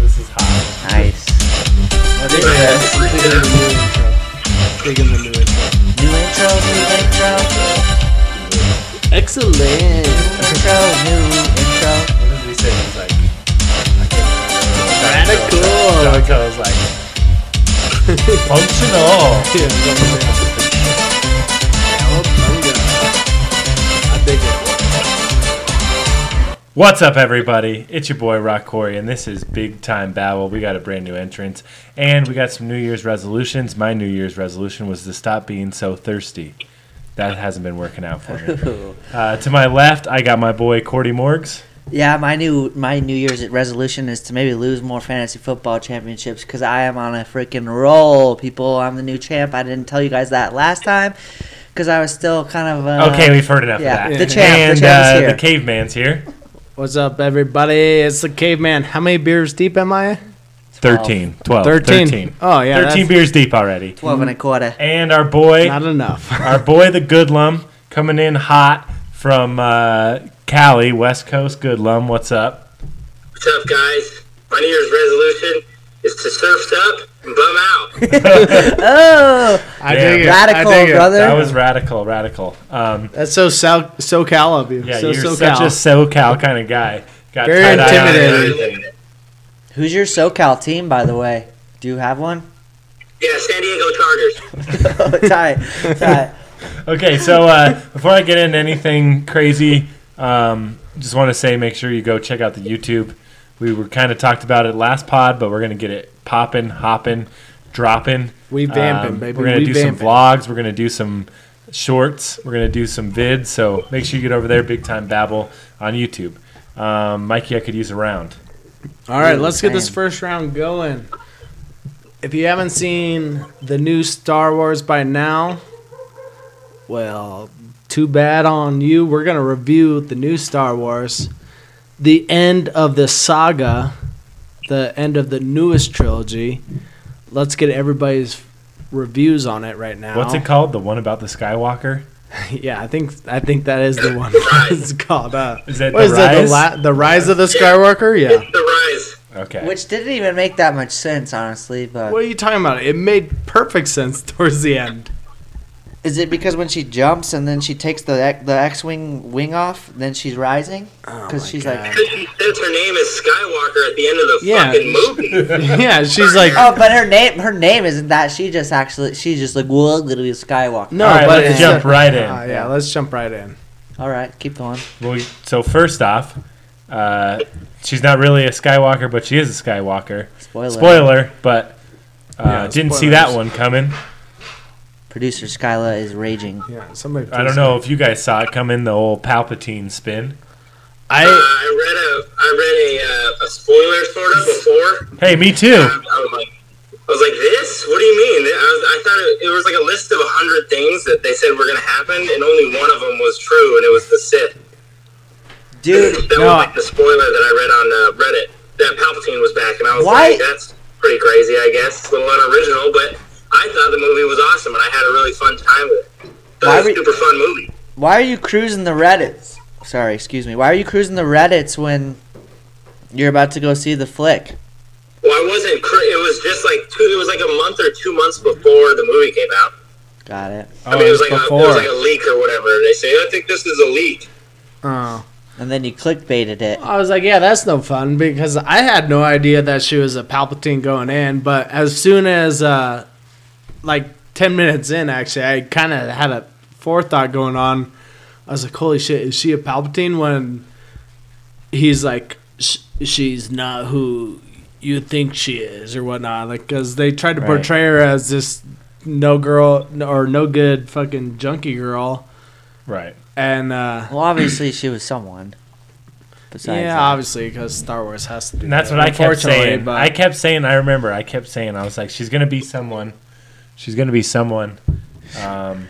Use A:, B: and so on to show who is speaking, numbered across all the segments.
A: This is hot.
B: Nice.
A: Big in the new intro. Big in the new intro.
B: New intro, new intro,
C: Excellent.
B: new intro, new intro.
A: What did we say? It was like. I can't remember.
C: Radical.
A: Jericho was like. Functional.
C: Yeah, don't worry. Oh, there we go. I dig it.
A: What's up, everybody? It's your boy Rock Corey, and this is Big Time Babble. We got a brand new entrance, and we got some New Year's resolutions. My New Year's resolution was to stop being so thirsty. That hasn't been working out for me. Uh, to my left, I got my boy Cordy Morgs.
B: Yeah, my new my New Year's resolution is to maybe lose more fantasy football championships because I am on a freaking roll, people. I'm the new champ. I didn't tell you guys that last time because I was still kind of uh,
A: Okay, we've heard enough
B: yeah,
A: of that.
B: the champ,
A: and
B: the champ's
A: uh,
B: here.
A: the caveman's here.
C: What's up, everybody? It's the caveman. How many beers deep am I?
A: 13, 12, 13.
C: 13. Oh, yeah,
A: 13
C: that's-
A: beers deep already.
B: twelve and a quarter.
A: And our boy,
C: Not enough.
A: our boy the Goodlum, coming in hot from uh, Cali, West Coast Goodlum. What's up?
D: What's up, guys? My New Year's resolution is to surf up and bum out.
B: Oh,
C: I
A: Damn.
C: dig it.
B: Radical,
C: I dig it.
B: brother.
A: That was radical, radical. Um,
C: That's so South SoCal of you.
A: yeah,
C: so
A: you're
C: SoCal.
A: such a SoCal kind of guy. Got
C: Very
A: tie-dye on and
C: intimidating.
A: everything.
B: who's your SoCal team, by the way? Do you have one?
D: yeah, San Diego Chargers.
B: oh, tight, tight.
A: Okay, so uh, before I get into anything crazy, um, just want to say make sure you go check out the YouTube. We were kind of talked about it last pod, but we're gonna get it popping, hopping, dropping.
C: We vamping, baby.
A: Um, We're gonna
C: We
A: do some
C: vamping.
A: vlogs. We're gonna do some shorts. We're gonna do some vids. So make sure you get over there, big time babble on YouTube. Um, Mikey, I could use a round.
C: All right,
B: Ooh,
C: let's get this
B: man.
C: first round going. If you haven't seen the new Star Wars by now, well, too bad on you. We're going to review the new Star Wars, the end of the saga, the end of the newest trilogy. Let's get everybody's reviews on it right now.
A: What's it called? The one about the Skywalker?
C: Yeah, I think I think that is the one. it's called. Uh,
A: Is that
C: what
A: The
C: is that?
A: Rise?
C: The, la- the Rise of the Skywalker? Yeah.
D: It's the rise.
A: Okay.
B: Which didn't even make that much sense, honestly. But
C: What are you talking about? It made perfect sense towards the end.
B: is it because when she jumps and then she takes the X- the X-wing wing off, then she's rising? Because
C: Oh my
B: she's like,
C: God.
D: Because she says her name is Skywalker at the end of the
C: Yeah.
D: fucking movie.
C: yeah, she's like,
B: oh, but her name her name isn't that. She just actually she's just like, well, I'm gonna be a Skywalker.
C: no,
A: All right,
C: but
A: let's
C: it's-
A: jump right in.
C: Ah, yeah, let's jump right in.
B: All right, keep going.
A: Well, so first off, uh, she's not really a Skywalker, but she is a Skywalker.
B: Spoiler.
A: Spoiler, but uh,
C: Yeah,
A: didn't see that
C: spoilers.
A: one coming.
B: Producer Skyla is raging.
C: Yeah, somebody.
A: I don't know if you guys saw it coming. The old Palpatine spin.
D: Uh,
C: I
D: I read a I read a, uh, a spoiler sort of before.
A: Hey, me too.
D: I, I was like, I was like, this? What do you mean? I, was, I thought it, it was like a list of a hundred things that they said were gonna happen, and only one of them was true, and it was the Sith.
B: Dude,
D: that
C: no.
D: was like the spoiler that I read on uh, Reddit that Palpatine was back, and I was
B: Why-
D: like, "That's pretty crazy, I guess. It's a little unoriginal, but I thought the movie was awesome, and I had a really fun time with it.
B: Why
D: Thought it was
B: re-
D: a super fun movie.
B: why are you cruising the Reddits? Sorry, excuse me. Why are you cruising the Reddits when you're about to go see the flick?
D: Well, I wasn't. Cr- it was just like two. It was like a month or two months before the movie came out.
B: Got it.
C: oh,
D: I mean, it was
C: it's
D: like a, it was like a leak or whatever. They say, "I think this is a leak."
C: oh.
B: And then you clickbaited it.
C: I was like, yeah, that's no fun because I had no idea that she was a Palpatine going in. But as soon as, uh, like, ten minutes in, actually, I kind of had a forethought going on. I was like, holy shit, is she a Palpatine? When he's like, sh- she's not who you think she is or whatnot, like, because they tried to
B: Right.
C: portray her as this no girl or no good fucking junkie girl,
A: Right.
C: and uh,
B: Well, obviously she was someone. Besides,
C: yeah,
B: that.
C: obviously, because Star Wars has to. do
A: And that's
C: that,
A: what I kept
C: unfortunately,
A: saying. I kept saying. I remember. I kept saying. I was like, she's gonna be someone. She's gonna be someone. Um,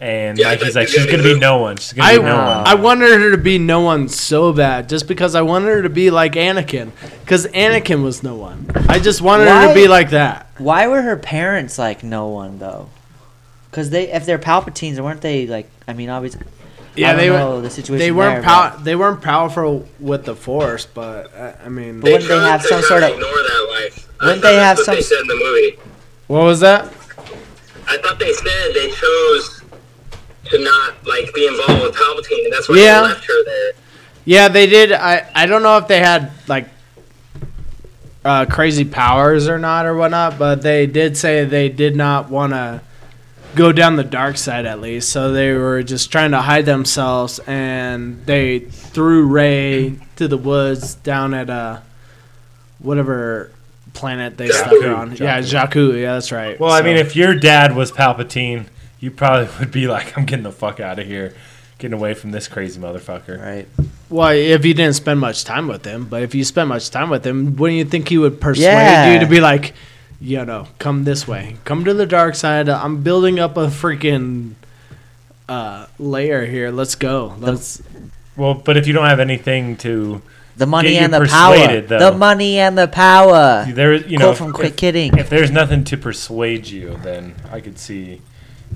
A: and
D: Yeah, I
A: Mikey's
D: think
A: like,
D: she's
A: she's
D: gonna
A: gonna
D: be
A: be no one. She's gonna
C: I,
A: be no one.
C: I wanted her to be no one so bad just because I wanted her to be like Anakin because Anakin was no one. I just wanted her
B: Why?
C: to be like that.
B: Why were her parents like no one though? Because they, if they're Palpatines, weren't they like? I mean, obviously,
C: Yeah,
B: I don't
C: they were-
B: know the situation.
C: They weren't
B: there,
C: pow- they weren't powerful with the force, but uh, I mean,
B: But- wouldn't they
D: tried
B: have
D: to
B: some
D: kinda
B: sort of-
D: ignore that life? I
B: wouldn't
D: thought
B: they
D: that's
B: have
D: what
B: some
D: They
B: s-
D: said in the movie.
C: what was that?
D: I thought they said they chose to not like be involved with Palpatine, and that's why
C: Yeah.
D: they left her there.
C: Yeah, they did. I I don't know if they had like uh, crazy powers or not or whatnot, but they did say they did not want to go down the dark side at least. So they were just trying to hide themselves, and they threw Ray to the woods down at uh whatever planet they stuck her
A: Jakku,
C: on. Yeah, Jakku. Yeah, that's right.
A: Well, I
C: So-
A: mean, if your dad was Palpatine, you probably would be like, "I'm getting the fuck out of here, getting away from this crazy motherfucker."
B: Right.
C: Well, if you didn't spend much time with him, but if you spent much time with him, wouldn't you think he would persuade
B: Yeah.
C: you to be like, you know, come this way, come to the dark side. I'm building up a freaking uh, layer here. Let's go. Let's.
A: Well, but if you don't have anything to,
B: The money
A: Get you
B: and the power.
A: persuaded, though.
B: The money and the power.
A: there, you know,
B: Quote
A: if-
B: from
A: if-
B: Quick Kidding.
A: if there's nothing to persuade you, then I could see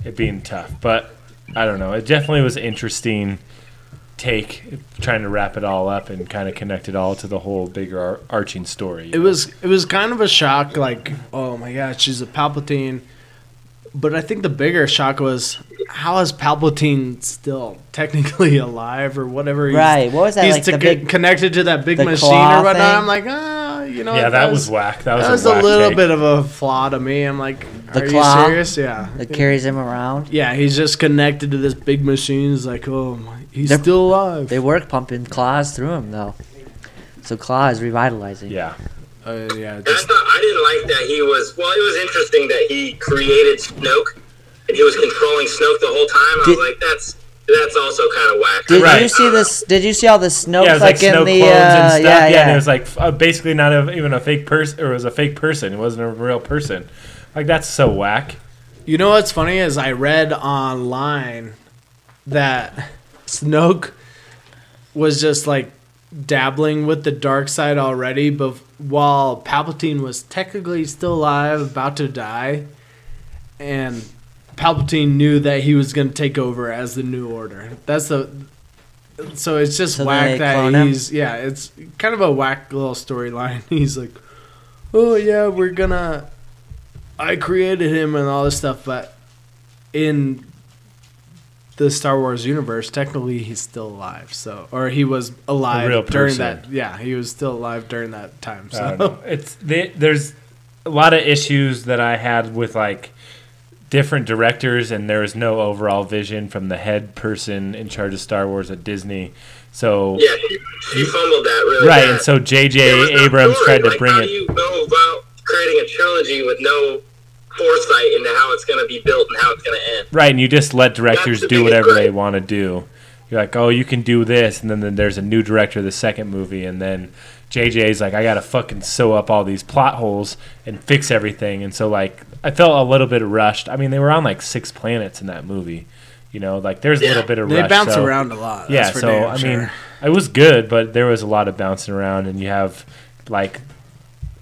A: it being tough. But I don't know. It definitely was interesting take trying to wrap it all up and kind of connect it all to the whole bigger ar- arching story.
C: It was. It was kind of a shock. Like, oh my god, she's a Palpatine. But I think the bigger shock was how is Palpatine still technically alive or whatever? He's,
B: Right. What was that?
C: He's
B: Like
C: to
B: the
C: get
B: big.
C: connected to that big
B: the
C: machine
B: claw
C: or whatnot.
B: thing?
C: I'm like, ah, you know.
A: yeah,
C: it
A: that
C: does-
A: was whack. That was,
C: That was
A: a,
C: a
A: whack
C: little
A: take.
C: bit of a flaw to me. I'm like,
B: The
C: are
B: claw?
C: you serious? Yeah.
B: That carries him around.
C: Yeah, he's just connected to this big machine. He's like, oh, my, he's
B: They're-
C: still alive.
B: They work pumping claws through him though. So claw is revitalizing.
A: Yeah,
C: Uh, yeah,
D: And I
C: just,
D: thought I didn't like that he was. Well, it was interesting that he created Snoke, and he was controlling Snoke the whole time. I
B: Did-
D: was like, that's that's also kind of whack.
B: Did
A: Right.
B: you see this? Did you see all the snow
A: yeah, it was like,
B: like in
A: snow
B: the? Uh,
A: clones and stuff.
B: yeah, yeah.
A: and it was like f- uh, basically not a, even a fake person, or it was a fake person. It wasn't a real person. Like that's so whack.
C: you know what's funny is I read online that Snoke was just like dabbling with the dark side already, but while Palpatine was technically still alive, about to die, and Palpatine knew that he was going to take over as the new order. That's the so it's just
B: So they
C: whack that
B: clone him?
C: he's yeah, it's kind of a whack little storyline. He's like, oh yeah, we're gonna, I created him and all this stuff, but in the Star Wars universe, technically he's still alive. So or he was alive
A: real
C: during
A: person.
C: that. Yeah, he was still alive during that time.
A: I don't
C: So
A: know. It's the there's a lot of issues that I had with like different directors, and there was no overall vision from the head person in charge of Star Wars at Disney. So
D: Yeah, she, she fumbled that really.
A: right,
D: bad.
A: and so
D: There was
A: J.J.
D: no
A: Abrams
D: story.
A: tried to
D: Like,
A: bring
D: how
A: it.
D: do you go about creating a trilogy with no foresight into how it's going to be built and how it's going to end?
A: Right, and you just let directors
D: That's the
A: do
D: biggest
A: whatever they
D: gripe.
A: want to do. You're like, oh, you can do this, and then, then there's a new director of the second movie, and then JJ's like, I gotta fucking sew up all these plot holes and fix everything, and so like, I felt a little bit rushed. I mean, they were on like six planets in that movie, you know, like there's a little
D: Yeah.
A: bit of
C: they
A: rush.
C: bounce
A: so-
C: around a lot.
A: yeah,
C: that's for
A: so
C: damn
A: I
C: sure.
A: mean, it was good, but there was a lot of bouncing around, and you have like.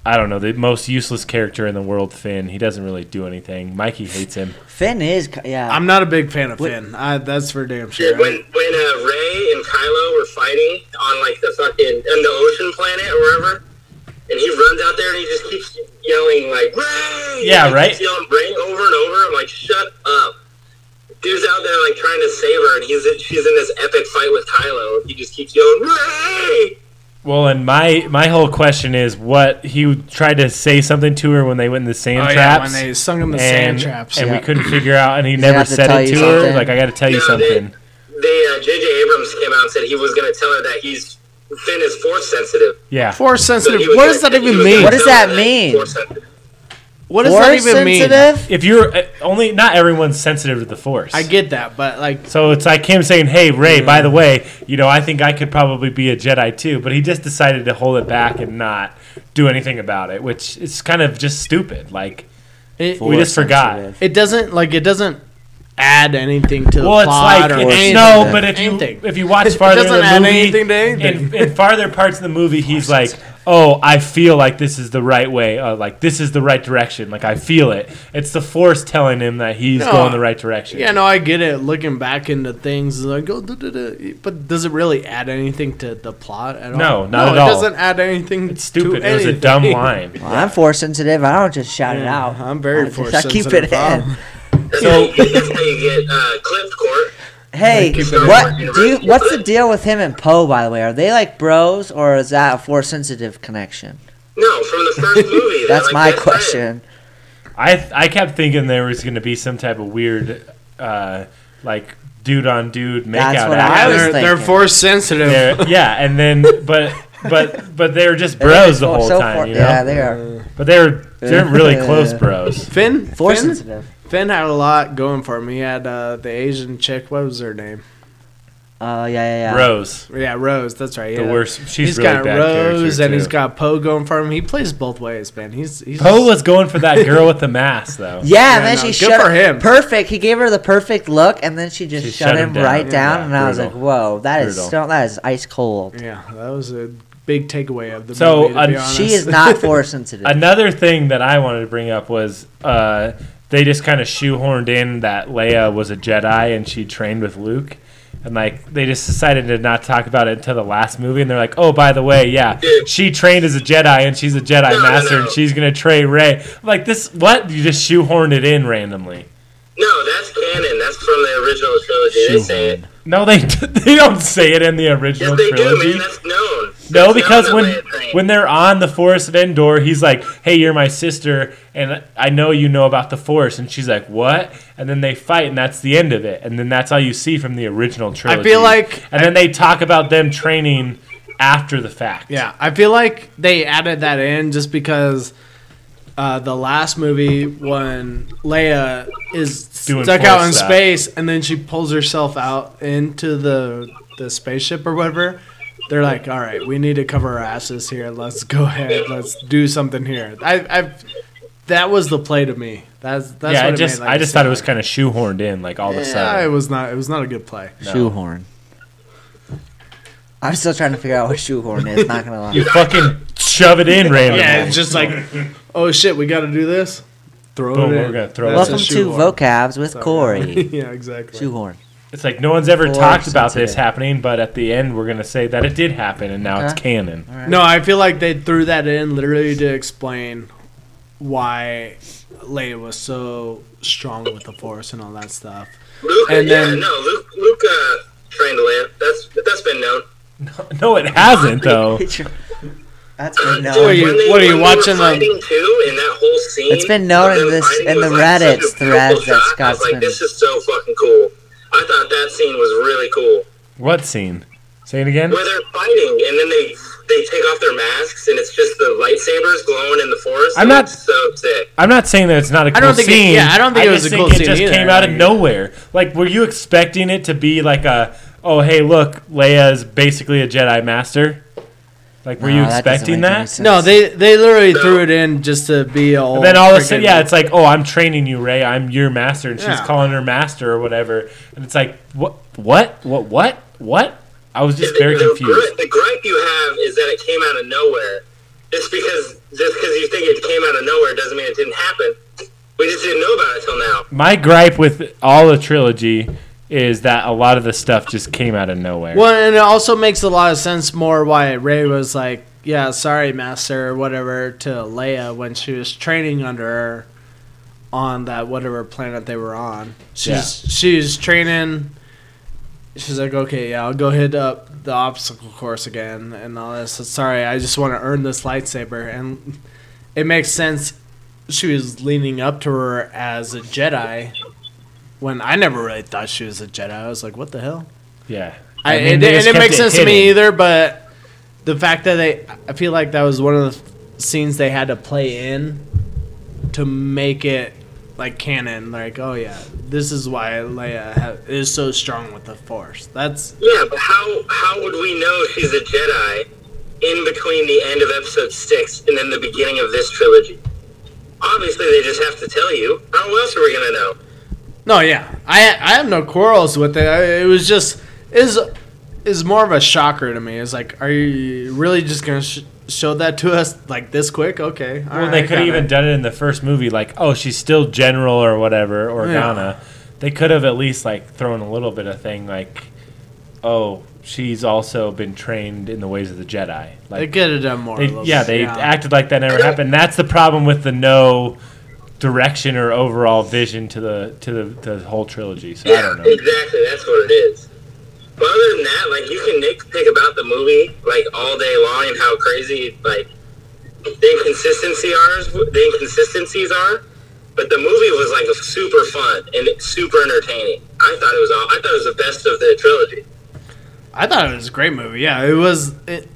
A: I don't know the most useless character in the world, Finn. He doesn't really do anything. Mikey hates him.
B: Finn is. c- Yeah.
C: I'm not a big fan of
B: Wait-
C: Finn. I, that's for damn
D: Dude,
C: sure.
D: when when uh, Ray and Kylo were fighting on like the fucking on the ocean planet or wherever, and he runs out there and he just keeps yelling like Ray.
A: Yeah,
D: He
A: right.
D: Keeps yelling Ray over and over. I'm like, shut up. Dude's out there like trying to save her, and he's in, she's in this epic fight with Kylo. And he just keeps yelling Ray.
A: Well, and my my whole question is what he tried to say something to her when they went in the sand
C: Oh, yeah,
A: traps.
C: when they sung him the
A: and,
C: sand traps.
A: and
B: yeah.
A: we couldn't figure out, and he
B: gonna
A: never
B: have to
A: said
B: tell
A: it
B: you
A: to her.
B: something.
A: Like, I got to tell you
D: No, they-
A: something.
D: They uh, J.J. Abrams came out and said he was going to tell her that he's Finn is force sensitive.
A: Yeah,
C: Force
D: So
C: sensitive.
D: he was
C: What
D: gonna-
C: does that
D: he
C: even
D: was gonna
C: mean?
B: What does
D: tell her
B: that mean?
D: force sensitive.
C: What does
B: Force
C: that even mean?
B: sensitive.
A: if you're uh, only not everyone's sensitive to the force.
C: I get Mm. that, but like,
A: so it's like him saying, "Hey, Ray, by the way, you know, I think I could probably be a Jedi too," but he just decided to hold it back and not do anything about it, which is kind of just stupid. Like
C: it,
A: we just forgot.
B: sensitive.
C: it doesn't like it doesn't add anything to the
A: Well, it's like
C: plot or
A: it's
C: anything.
A: no,
C: to
A: but if you
C: anything.
A: if you watch
C: It
A: farther in
C: doesn't
A: the
C: add
A: movie,
C: anything to
A: In,
C: anything.
A: in farther parts of the movie, he's like, oh, I feel like this is the right way, uh, like this is the right direction, like I feel it. It's the force telling him that he's
C: No.
A: going the right direction.
C: Yeah, no, I get it. Looking back into things, like, oh, duh, duh, duh. but does it really add anything to the plot at all?
A: No, not at
C: it
A: all.
C: doesn't add anything.
A: it's stupid.
C: To
A: It was a
C: anything.
A: dumb line.
B: Well, I'm force sensitive. I don't just shout it
C: Yeah,
B: out.
C: I'm very
B: I just-
C: force
B: I keep it
C: sensitive,
B: in.
C: Bob.
D: That's,
A: So-
D: how, you get, that's how you get uh, clipped, Court.
B: Hey,
D: keep it in.
B: what do you, what's the deal with him and Poe? By the way, are they like bros, or is that a force sensitive connection?
D: No, from the first movie. they're
B: That's
D: like
B: my
D: best
B: question.
D: friends.
A: I I kept thinking there was going to be some type of weird, uh, like dude on dude makeout.
B: That's what
A: act.
B: I was
C: they're, they're
B: thinking.
C: force sensitive.
A: They're- yeah, and then but but but they were just
B: They're like
A: bros the
B: for-
A: whole
B: so for-
A: time, you know.
B: Yeah, they are
C: Mm.
A: But they were they're really close bros.
C: Finn,
B: force
C: Finn,
B: sensitive.
C: Finn had a lot going for him. He had uh, the Asian chick. What was her name?
B: Oh yeah, yeah, yeah.
A: Rose,
C: Yeah, Rose. That's right.
A: the
C: yeah.
A: worst. She's
C: he's
A: really
C: got
A: bad
C: Rose
A: character
C: and he's
A: too.
C: got Poe going for him. He plays both ways, man. He's, he's
A: Poe was going for that girl with the mask though.
B: Yeah,
C: Yeah,
B: man,
C: no,
B: she
C: good
B: shut
C: for
B: her-
C: him.
B: Perfect. He gave her the perfect look, and then she just
A: She
B: shut, him, right down.
A: Yeah,
B: and I was like,
A: brutal.
B: "Whoa, that is
A: Brutal.
B: so, that is ice cold."
C: Yeah, that was a big takeaway of the
A: So,
C: movie. To be
A: uh,
C: honest.
B: She is not force sensitive.
A: Another thing that I wanted to bring up was uh, they just kind of shoehorned in that Leia was a Jedi and she trained with Luke. And like they just decided to not talk about it until the last movie, and they're like, "Oh, by the way, yeah, she trained as a Jedi, and she's a Jedi
D: No, no,
A: master,
D: no.
A: and she's gonna train Ray." Like this, what you just shoehorned it in randomly?
D: No, that's canon. That's from the original trilogy. They say it.
A: No, they they don't say it in the original
D: Yes, they
A: trilogy.
D: do, man. That's known.
A: No,
D: That's
A: because
D: known
A: when
D: that Leia trained.
A: when they're on the Force of Endor, he's like, "Hey, you're my sister, and I know you know about the Force." And she's like, "What?" And then they fight, and that's the end of it. And then that's all you see from the original trilogy.
C: like-
A: and then they talk about them training after the fact.
C: Yeah, I feel like they added that in just because uh, the last movie when Leia is
A: Doing
C: stuck out
A: force
C: in
A: stuff.
C: space and then she pulls herself out into the the spaceship or whatever. They're like, all right, we need to cover our asses here. Let's go ahead. Let's do something here. I, I've that was the play to me. That's that's
A: yeah.
C: what
A: I just
C: it made, like,
A: I just thought it was kind of shoehorned in, like all of a
C: yeah, it
A: sudden.
C: was not. It was not a good play.
B: Shoehorn. I'm still trying to figure out what shoehorn is. Not gonna lie.
A: You fucking shove it in randomly.
C: Yeah, it's just like, oh shit, we got to do this. Throw
A: Boom,
C: it
A: we're
C: in.
A: gonna throw it
C: That's a
B: Welcome to
C: shoehorn.
B: vocabs with Corey.
C: yeah, exactly.
B: Shoehorn.
A: It's like no one's ever
B: Force
A: talked about this
B: sensitive.
A: happening, but at the end, we're gonna say that it did happen, and now it's
B: Okay.
A: canon.
C: No, I feel like they threw that in literally to explain why Leia was so strong with the Force and all that stuff.
D: Luke,
C: and
D: yeah,
C: then-
D: no, Luke, Luke uh, trained Leia. That's that's been known.
A: No, it hasn't though.
B: That's been
D: Dude,
C: What are
B: known.
C: you-
D: when they-
C: what are you
D: when they were
C: watching um, them?
D: fighting too, in that whole scene.
B: It's been known
D: of
B: in
D: them
B: this-
D: fighting
B: in
D: was,
B: the
D: like,
B: Reddits
D: such a beautiful
B: threads that
D: shot. I
B: Scott's
D: was like,
B: been-
D: this is so fucking cool. I thought that scene was really cool.
A: What scene? Say it again.
D: Where they're fighting, and then they they take off their masks, and it's just the lightsabers glowing in the forest.
A: I'm
D: It
A: not-
D: looks so sick.
A: I'm not saying that it's not a cool
C: don't think it-
A: scene.
C: yeah, I don't think it was
A: just
C: a cool
A: think It
C: scene
A: just
C: either.
A: came out of
C: Like-
A: nowhere. Like, were you expecting it to be like a, oh hey, look, Leia is basically a Jedi master? Like, were you
B: No, that doesn't
A: expecting
B: make any
A: that?
B: sense.
C: No, they they literally threw it in just to be all.
A: And then all of a
C: friggin-
A: sudden, yeah, it's like, oh, I'm training you, Ray. I'm your master, and she's
C: Yeah.
A: calling her master or whatever. And it's like, what, what, what, what, what? I was just
D: The-
A: very
D: the,
A: confused.
D: Gripe, the gripe you have is that it came out of nowhere. Just because just because you think it came out of nowhere doesn't mean it didn't happen. We just didn't know about it till now.
A: My gripe with all the trilogy is that a lot of the stuff just came out of nowhere.
C: Well, and it also makes a lot of sense more why Ray was like, yeah, sorry, Master, or whatever, to Leia when she was training under her on that whatever planet they were on. She's she's training. She's like, okay, yeah, I'll go hit up the obstacle course again and all this. Sorry, I just want to earn this lightsaber, and it makes sense. She was leaning up to her as a Jedi, when I never really thought she was a Jedi. I was like, what the hell?
A: Yeah.
C: I,
A: mean,
C: and
A: they
C: it,
A: just
C: and it
A: kept
C: makes sense to me
A: hidden.
C: either, but the fact that they, I feel like that was one of the f- scenes they had to play in to make it like canon. Like, oh yeah, this is why Leia ha- is so strong with the Force. That's
D: Yeah, but how how would we know she's a Jedi in between the end of Episode Six and then the beginning of this trilogy? Obviously, they just have to tell you. How else are we gonna know?
C: no, yeah. I I have no quarrels with it. I, it was just is is more of a shocker to me. It's like, are you really just gonna sh- show that to us like this quick? Okay. all
A: Well,
C: right,
A: they could have
C: kinda.
A: even done it in the first movie, like, oh, she's still general or whatever, or
C: Yeah.
A: Ghana. They could have at least like thrown a little bit of thing like, oh, she's also been trained in the ways of the Jedi.
C: They
A: Like,
C: could have done more.
A: they,
C: of those.
A: yeah, they acted like that never happened. That's the problem with the no direction or overall vision to the to the, to the whole trilogy. So I
D: Yeah,
A: don't know.
D: exactly. That's what it is. But other than that, like you can nitpick about the movie like all day long and how crazy like the inconsistency are, the inconsistencies are. But the movie was like super fun and super entertaining. I thought it was all. I thought it was the best of the trilogy.
C: I thought it was a great movie. Yeah, it was. It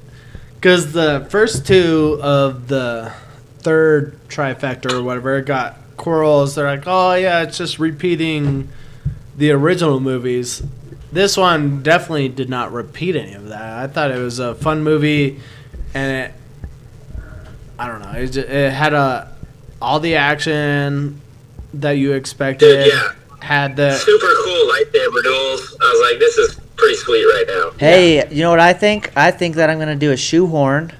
C: because the first two of the third trifecta or whatever got quarrels. They're like, oh yeah, it's just repeating the original movies. This one definitely did not repeat any of that. I thought it was a fun movie, and it. I don't know. It, ju- it had a all the action that you expected.
D: Dude, yeah.
C: Had the
D: Super cool lightsaber duels. I was like, this is pretty sweet right now.
B: Hey, you know what I think? I think that I'm gonna do a shoehorn,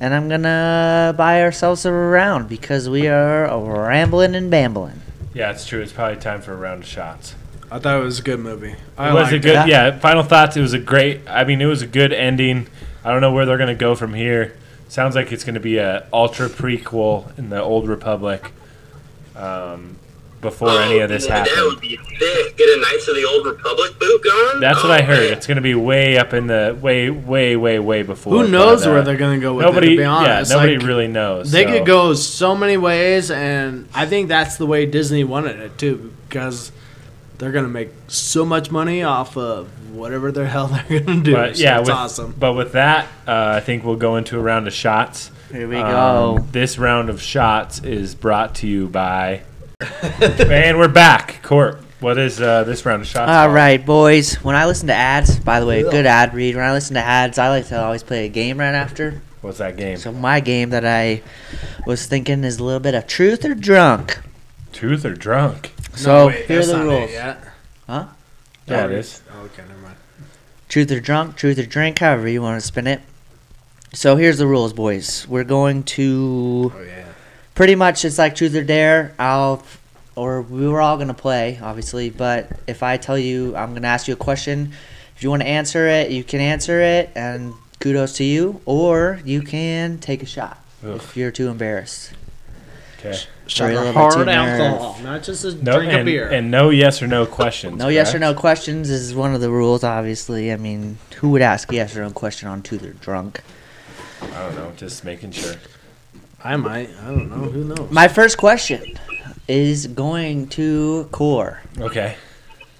B: and I'm gonna buy ourselves a round because we are rambling and bambling.
A: Yeah, it's true. It's probably time for a round of shots.
C: I thought it was a good movie. I
A: It was a
C: liked
A: good,
B: that.
A: yeah. Final thoughts. It was a great. I mean, it was a good ending. I don't know where they're gonna go from here. Sounds like it's gonna be a ultra prequel in the old republic. Um, before any of this
D: Oh, man, That
A: happened,
D: would be thick. Get a Knights of the Old Republic boot going.
A: that's what
D: Oh,
A: I heard.
D: man.
A: It's gonna be way up in the way, way, way, way before.
C: Who
A: but,
C: knows
A: uh,
C: where they're gonna go with
A: Nobody,
C: it? To be honest,
A: yeah, nobody
C: Like,
A: really knows.
C: They
A: so.
C: could go so many ways, and I think that's the way Disney wanted it too, because they're gonna make so much money off of whatever the hell they're gonna do.
A: But
C: so
A: yeah,
C: it's
A: with,
C: awesome.
A: But with that, uh, I think we'll go into a round of shots.
B: Here we
A: Um,
B: go.
A: This round of shots is brought to you by. and we're back. Court, what is uh, this round of shots?
B: All
A: called?
B: right, boys. When I listen to ads, by the way, a good ad read. When I listen to ads, I like to always play a game right after.
A: What's that game?
B: So my game that I was thinking is a little bit of truth or drunk.
A: Tooth or drunk?
B: So
C: wait,
B: here are
C: that's
B: the
C: not it
B: rules.
C: yet.
B: Huh?
A: Yeah, it is.
C: Oh, okay, never mind.
B: Truth or drunk, truth or drink, however you want to spin it. So here's the rules, boys. We're going to
C: Oh yeah.
B: pretty much it's like truth or dare. I'll or we were all gonna play, obviously. But if I tell you, I'm gonna ask you a question. If you want to answer it, you can answer it, and kudos to you. Or you can take a shot
A: Ugh.
B: if you're too embarrassed.
A: Okay.
C: Shot
B: Really
C: for
B: about
C: hard
B: your nerve.
C: alcohol, not just a
A: No,
C: drink
A: and,
C: of beer.
A: and no yes or no questions.
B: No yes or no
A: correct?
B: questions is one of the rules, obviously. I mean, who would ask a yes or no question on truth or drunk?
A: I don't know. Just making sure.
C: I might. I don't know. Who knows?
B: My first question is going to Core.
A: Okay.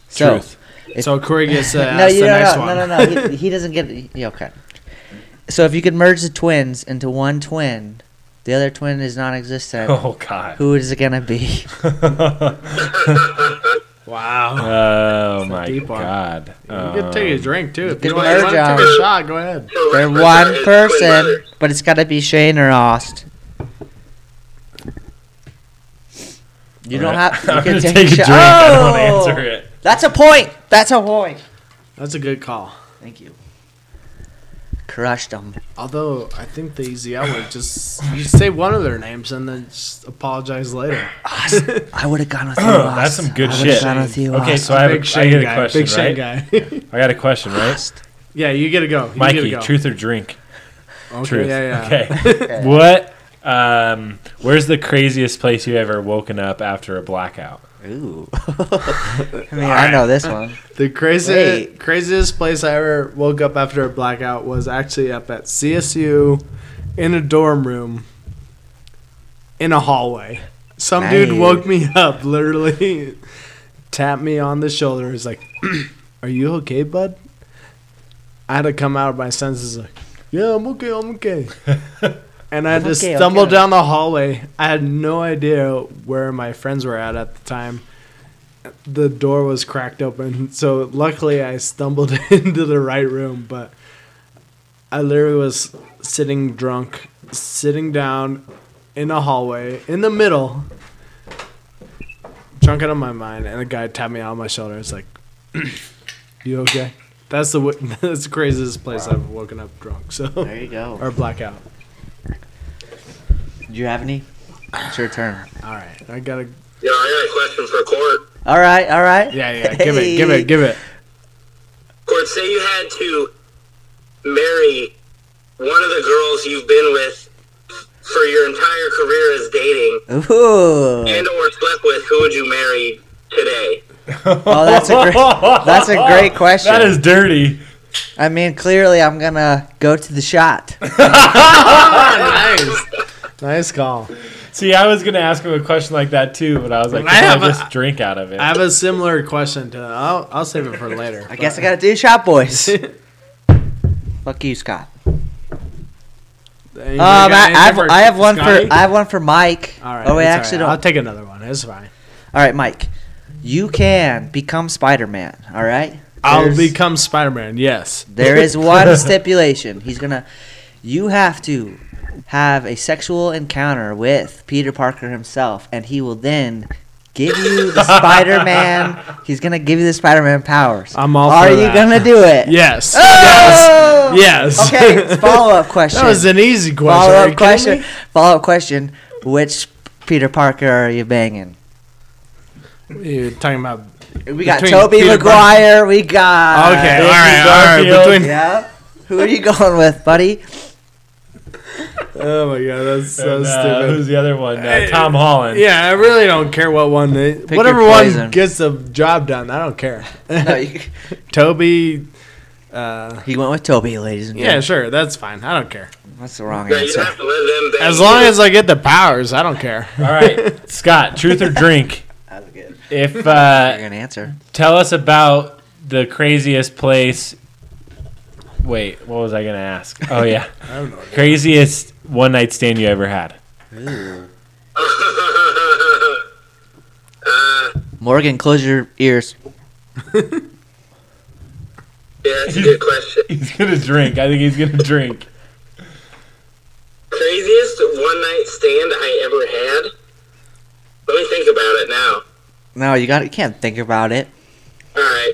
B: So,
A: Truth.
B: if-
C: so Corey gets uh,
B: no,
C: asked
B: you
C: the
B: no,
C: next
B: no,
C: one.
B: no, no, no, He, he doesn't get. Yeah, okay. So if you could merge the twins into one twin, the other twin is non-existent.
A: Oh, God.
B: Who is it gonna be?
C: Wow.
A: oh,
C: a
A: my
C: deep one.
A: God.
C: you can take a
A: Um,
C: drink too. If
B: can
C: you want, you want to
B: merge
C: take a
D: them.
C: shot, go ahead.
D: For
B: They're
D: reference,
B: one
D: it's Twin
B: person,
D: Brothers.
B: but it's gotta be Shane or Ost. You don't
A: Alright.
B: have. You
A: I'm
B: can
A: gonna
B: take,
A: take
B: a
A: a
B: shot.
A: drink. I don't wanna
B: Oh!
A: answer it.
B: That's a point. That's a point.
C: That's a good call.
B: Thank you. Crushed them.
C: Although I think the easy out would just you say one of their names and then just apologize later.
B: I would have gone with you.
A: That's
B: Oz.
A: some good
B: I would've
A: shit.
B: Gone with you,
A: Okay,
B: Oz.
A: so I have a,
C: big
A: I
C: Shane
A: get a
C: guy.
A: question,
C: big Shane
A: right?
C: guy.
A: I got a question, right?
C: yeah, you get to go. You get to
A: Mikey,
C: go.
A: truth or drink?
C: Okay,
A: Truth.
C: Yeah, yeah.
A: Okay. what? Um, where's the craziest place you ever woken up after a blackout?
B: Ooh. I mean, I know this one.
C: The crazy,
B: Wait.
C: craziest place I ever woke up after a blackout was actually up at CSU in a dorm room in a hallway. Some dude
B: Nice.
C: woke me up, literally tapped me on the shoulder. He's like, Are you okay, bud? I had to come out of my senses, like, Yeah, I'm okay, I'm okay. and I
B: I'm
C: just
B: okay, I'm
C: stumbled
B: good.
C: down the hallway. I had no idea where my friends were at at the time the door was cracked open. So luckily I stumbled into the right room, but I literally was sitting drunk, sitting down in a hallway in the middle, drunk out of my mind, and a guy tapped me on my shoulder. It's like, "You okay?" That's the w- that's the craziest place I've woken up drunk. So
B: There you go.
C: or blackout.
B: Do you have any? It's your turn.
C: All right, I gotta.
D: Yo, I got a question for Court.
B: All right, all right.
C: Yeah, yeah. Give it, give it, give it.
D: Court, say you had to marry one of the girls you've been with for your entire career as dating
B: Ooh.
D: and or slept with. Who would you marry today?
B: Oh, that's a great. That's a great question.
A: That is dirty.
B: I mean, clearly, I'm gonna go to the shot.
C: nice, nice call.
A: See, I was gonna ask him a question like that too, but I was like,
C: I
A: I
C: have a-
A: just drink out of it.
C: I have a similar question to. I'll, I'll save it for later.
B: I guess I gotta do the shot, boys. Fuck you, Scott. Um, I, I, have, I have one for I have one for Mike.
C: All right.
B: oh, we
C: it's all
B: actually
C: right.
B: don't.
C: I'll take another one. It's fine.
B: All right, Mike. You can become Spider-Man. All right.
C: I'll
B: There's-
C: become Spider Man. Yes.
B: There is one stipulation. He's gonna. You have to have a sexual encounter with Peter Parker himself, and he will then give you the Spider-Man. He's gonna give you the Spider-Man powers.
C: I'm all
B: Are
C: for
B: you
C: that.
B: gonna Ah! do it?
C: Yes.
B: Oh!
C: Yes. Yes.
B: Okay. Follow up question.
C: That was an easy question.
B: Follow
C: Are you
B: up
C: kidding me?
B: question. Follow up question. Which Peter Parker are you banging?
C: You're talking about.
B: We got
C: Between
B: Toby
C: Peter
B: Maguire. We got
C: okay,
A: Andrew
C: all right, all right.
A: Garfield.
C: Between,
B: Yeah. Who are you going with, buddy?
C: Oh my god, that's so
A: And, uh,
C: stupid.
A: who's the other one? Uh, Tom Holland.
C: Yeah, I really don't care what one. They,
B: your
C: whatever one
B: poison.
C: gets the job done, I don't care.
B: No, you,
C: Toby. Uh,
B: he went with Toby, ladies and
C: yeah,
B: gentlemen.
C: sure, that's fine. I don't care.
B: That's the wrong
D: Yeah, you
B: answer.
D: have to let them. bang
C: As long
D: you.
C: as I get the powers, I don't care.
A: All right, Scott. Truth or drink?
B: That's good.
A: If
B: You're
A: uh,
B: gonna answer.
A: tell us about the craziest place. Wait, what was I gonna ask? Oh yeah,
C: don't know.
A: craziest one night stand you ever had.
D: uh,
B: Morgan, close your ears.
D: yeah, that's a good question.
A: He's gonna drink. I think he's gonna drink.
D: Craziest one night stand I ever had. Let me think about it now.
B: No, you got. You can't think about it.
D: All right.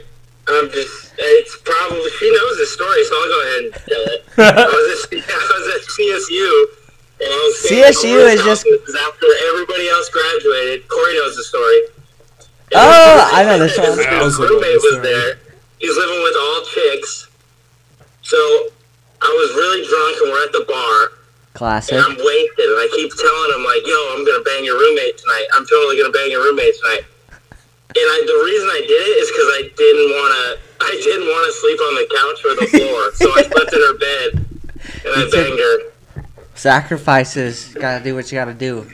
D: I'm just. It's probably she knows the story, so I'll go ahead and tell it. I was at, I was at CSU. And I was staying at
B: CSU
D: Corey's
B: is just-
D: house. It was after everybody else graduated. Corey knows the story. And
B: Oh,
D: his-
B: I know this one.
D: his-
C: I
D: His
C: also know
D: roommate
C: this
D: was
C: story.
D: there. He's living with all chicks. So I was really drunk, and we're at the bar.
B: Classic.
D: And I'm wasted, and I keep telling him like, "Yo, I'm gonna bang your roommate tonight. I'm totally gonna bang your roommate tonight." And I, the reason I did it is because I didn't wanna, I didn't wanna sleep on the couch or the floor, so I slept in her bed, and I banged her.
B: Sacrifices. Gotta do what you gotta do.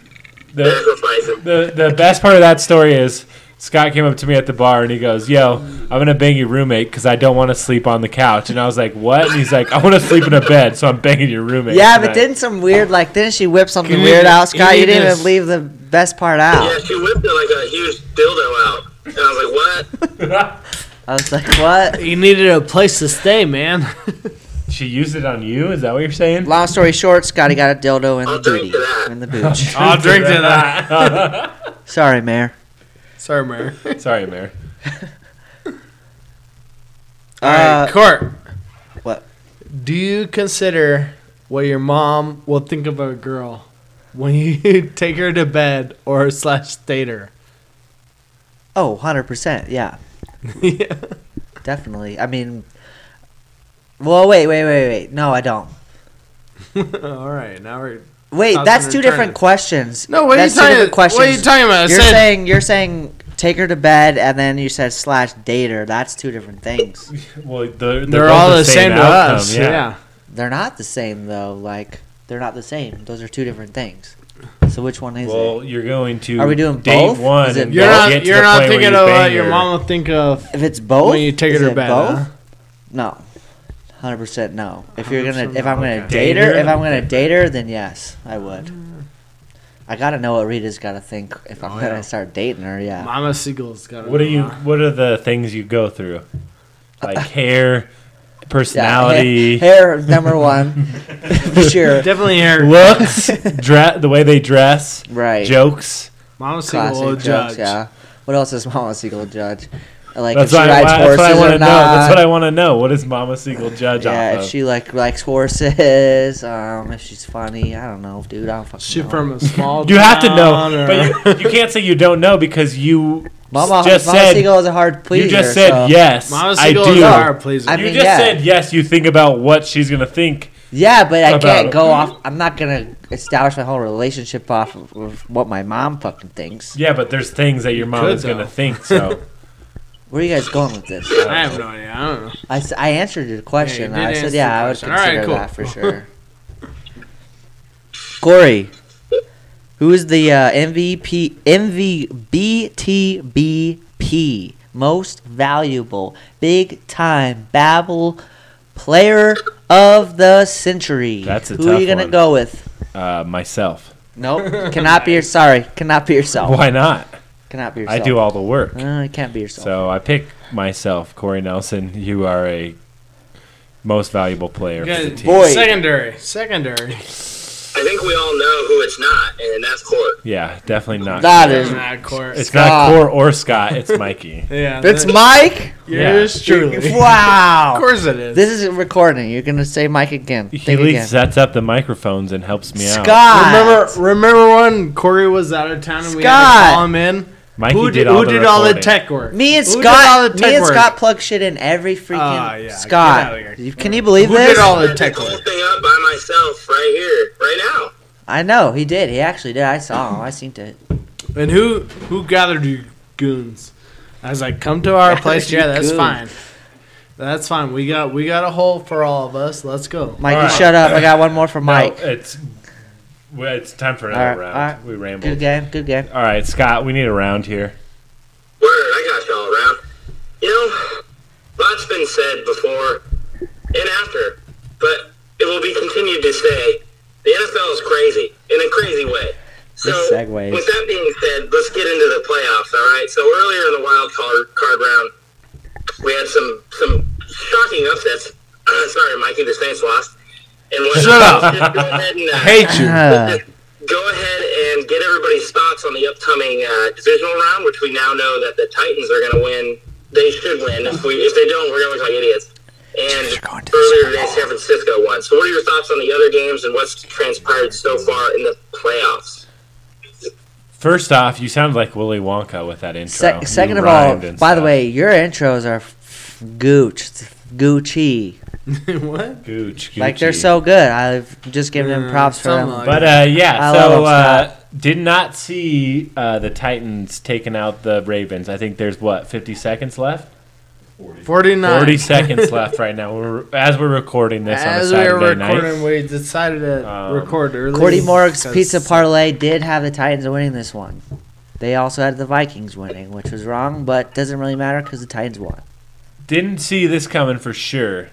A: The-
D: Sacrificing.
A: the the best part of that story is Scott came up to me at the bar and he goes, "Yo, I'm gonna bang your roommate because I don't want to sleep on the couch." And I was like, "What?" And he's like, "I want to sleep in a bed, so I'm banging your roommate."
B: Yeah, but
A: tonight."
B: didn't some weird like didn't she whip something
C: Can you-
B: weird out, Scott?
C: can
B: You
C: you
B: didn't
C: just-
B: even leave the best part out.
D: Yeah, she whipped it like a huge dildo out, and I was like, "What?"
B: I was like, what?
C: You needed a place to stay, man.
A: she used it on you? Is that what you're saying?
B: Long story short, Scotty got a dildo in
D: I'll
B: the booty,
D: drink to that.
B: in the booch.
C: I'll drink to that.
B: Sorry, Mayor.
C: Sorry, Mayor.
A: Sorry, Mayor.
C: All right,
B: Uh,
C: Court.
B: what?
C: Do you consider what your mom will think of a girl when you take her to bed or slash date her?
B: Oh, 100%. Yeah,
C: yeah.
B: definitely. I mean, well, wait, wait, wait, wait. No, I don't.
C: All right, now we're.
B: Wait,
C: Thousand
B: that's two
C: return.
B: different questions.
C: No, what are you
B: that's two
C: talking?
B: different
C: What are you talking about? I
B: You're
C: said-
B: saying you're saying take her to bed, and then you said slash date her. That's two different things.
A: Well, they're, they're,
C: they're
A: both
C: all the same, to
A: outcome,
C: us. Yeah.
B: They're not the same though. Like they're not the same. Those are two different things. So which one is
A: Well, you're going to.
B: Are we doing
A: date
B: both? Is
A: one?
B: it
A: and
C: You're
B: Don't
A: get
C: not.
A: to
C: You're
A: the
C: not
A: point where
C: thinking
A: you
C: of what
A: bang
C: your
A: her.
C: mom will think of
B: it? If it's both,
C: when you take her
B: is
C: to
B: it
C: bed.
B: both?
C: huh?
B: No, hundred percent no. If you're gonna,
C: 100%
B: if I'm gonna
C: okay. Mm.
B: date her,
A: Date her?
B: if I'm gonna date her, then yes, I would. I gotta know what Rita's gotta think if I'm
C: Oh,
B: gonna
C: yeah.
B: start dating her. Yeah.
C: Mama Siegel's got.
A: What are you? What are the things you go through? Like hair, personality,
B: Yeah, ha- hair, number one, for sure.
C: Definitely her.
A: looks, dre- the way they dress,
B: Right.
A: jokes.
C: Mama Siegel
B: Classic
C: will
B: jokes,
C: judge.
B: Yeah. What else is Mama Siegel judge? Like
A: That's
B: if she
A: what, I,
B: rides
A: that's
B: horses
A: what I want
B: or
A: to know.
B: not.
A: That's what I want to know. What does Mama Siegel judge
B: yeah,
A: off
B: if
A: of?
B: she like likes horses, um, if she's funny, I don't know, dude. I don't fucking
C: She
B: know.
C: from a small.
A: you have to know,
C: town or-
A: but you, you can't say you don't know because you
B: Mama,
A: just
B: Mama
A: said
B: Siegel is a hard pleaser.
A: you just said
B: so-
A: yes.
C: Mama
A: I do.
C: Siegel is a hard pleaser.
B: I
A: you
B: mean,
A: just
B: yeah.
A: said yes. You think about what she's gonna think.
B: Yeah, but I
A: About
B: can't
A: it.
B: go off. I'm not gonna establish my whole relationship off of, of what my mom fucking thinks.
A: Yeah, but there's things that your mom
C: could,
A: is gonna
C: though.
A: think. So
B: Where are you guys going with this?
C: I have no idea. I don't know.
B: I, s- I answered your question.
C: did
B: I
C: answer
B: said,
C: the
B: yeah, I would
C: question.
B: consider
C: All right, cool.
B: that for sure. Corey, who is the uh, MVP, MVBTBP, most valuable big time Babel player of the century?
A: That's a
B: Who are
A: tough
B: you gonna
A: one.
B: go with?
A: uh, myself,
B: Nope, cannot be your. Sorry, cannot be yourself.
A: why not?
B: Cannot be
A: I
B: yourself.
A: do all the work.
B: Uh, it can't be yourself.
A: So I pick myself, Corey Nelson. You are a most valuable player for the
C: Good.
A: team.
B: Boy.
C: Secondary. Secondary.
D: I think we all know who it's not, and that's Court.
A: Yeah, definitely not.
B: that is.
C: Nah, of course.
A: it's
B: Scott.
A: not Cor or Scott. It's Mikey.
C: yeah.
B: It's
C: that-
B: Mike.
C: yours truly.
B: Wow.
C: Of course it is.
B: This is a recording. You're gonna say Mike again.
A: he
B: Think
A: leaks
B: again.
A: sets up the microphones and helps me out.
B: Scott.
C: Remember, remember when Corey was out of town and we had
B: Scott.
C: to call him in?
A: Mikey
C: who
A: did,
C: did,
A: all,
C: who
A: the
C: did all the
A: recording.
C: tech work?
B: Me and
C: Who did all
B: Scott.
C: the
B: Me
C: tech
B: and
C: work?
B: Scott plug shit in every freaking
C: Ah, yeah, get
B: Scott.
C: outta here.
B: You- Can you believe
C: Who
B: this?
C: did all
D: I
C: the
D: did
C: tech
D: the whole
C: work?
D: thing up by myself right here, right now.
B: I know he did. He actually did. I saw him. I seen it.
C: And who who gathered you goons? I was like, come to our
B: Gathered
C: place.
B: you
C: Yeah, that's
B: goons.
C: fine. That's fine. We got we got a hole for all of us. Let's go.
B: Mike, you
A: Alright.
B: shut up. I got one more for
A: No,
B: Mike.
A: it's well, it's time for another
B: Alright,
A: round.
B: alright.
A: We rambled.
B: Good game. Good game.
A: All right, Scott, we need a round here.
D: Word, I got y'all around. You know, lots been said before and after, but it will be continued to say the NFL is crazy in a crazy way. So,
B: This segues.
D: with that being said, let's get into the playoffs. All right. So earlier in the wild card card round, we had some some shocking upsets. Sorry, Mikey, the Saints lost. And what
C: Shut up.
D: Just go ahead and, uh,
C: Hate you.
B: Uh,
D: go ahead and get everybody's thoughts on the upcoming uh, divisional round, which we now know that the Titans are going to win. They should win. If we if they don't, we're going to look like idiots. And
B: going to the
D: earlier
B: Super
D: today,
B: Bowl.
D: San Francisco won. So, what are your thoughts on the other games and what's transpired so far in the playoffs?
A: First off, you sound like Willy Wonka with that intro.
B: sec-
A: You
B: second of all,
A: rhymed and
B: by the
A: stuff.
B: way, your intros are f- gooch, Gucci.
C: what?
A: Gooch,
B: Like they're
A: Gucci.
B: so good. I've just given them
C: Yeah,
B: props for
C: something
B: them.
C: like
A: But uh, yeah,
B: I
A: so
B: love
A: uh, did not see uh, the Titans taking out the Ravens. I think there's what 50 seconds left.
C: Forty nine.
A: 40 seconds left right now. We're, as we're recording this
C: As
A: on a
C: we were
A: Saturday
C: recording,
A: night.
C: we decided to
A: Um,
C: record early.
B: Cordy Morg's
C: 'cause-
B: Pizza Parlay did have the Titans winning this one. They also had the Vikings winning, which was wrong, but doesn't really matter because the Titans won.
A: Didn't see this coming for sure.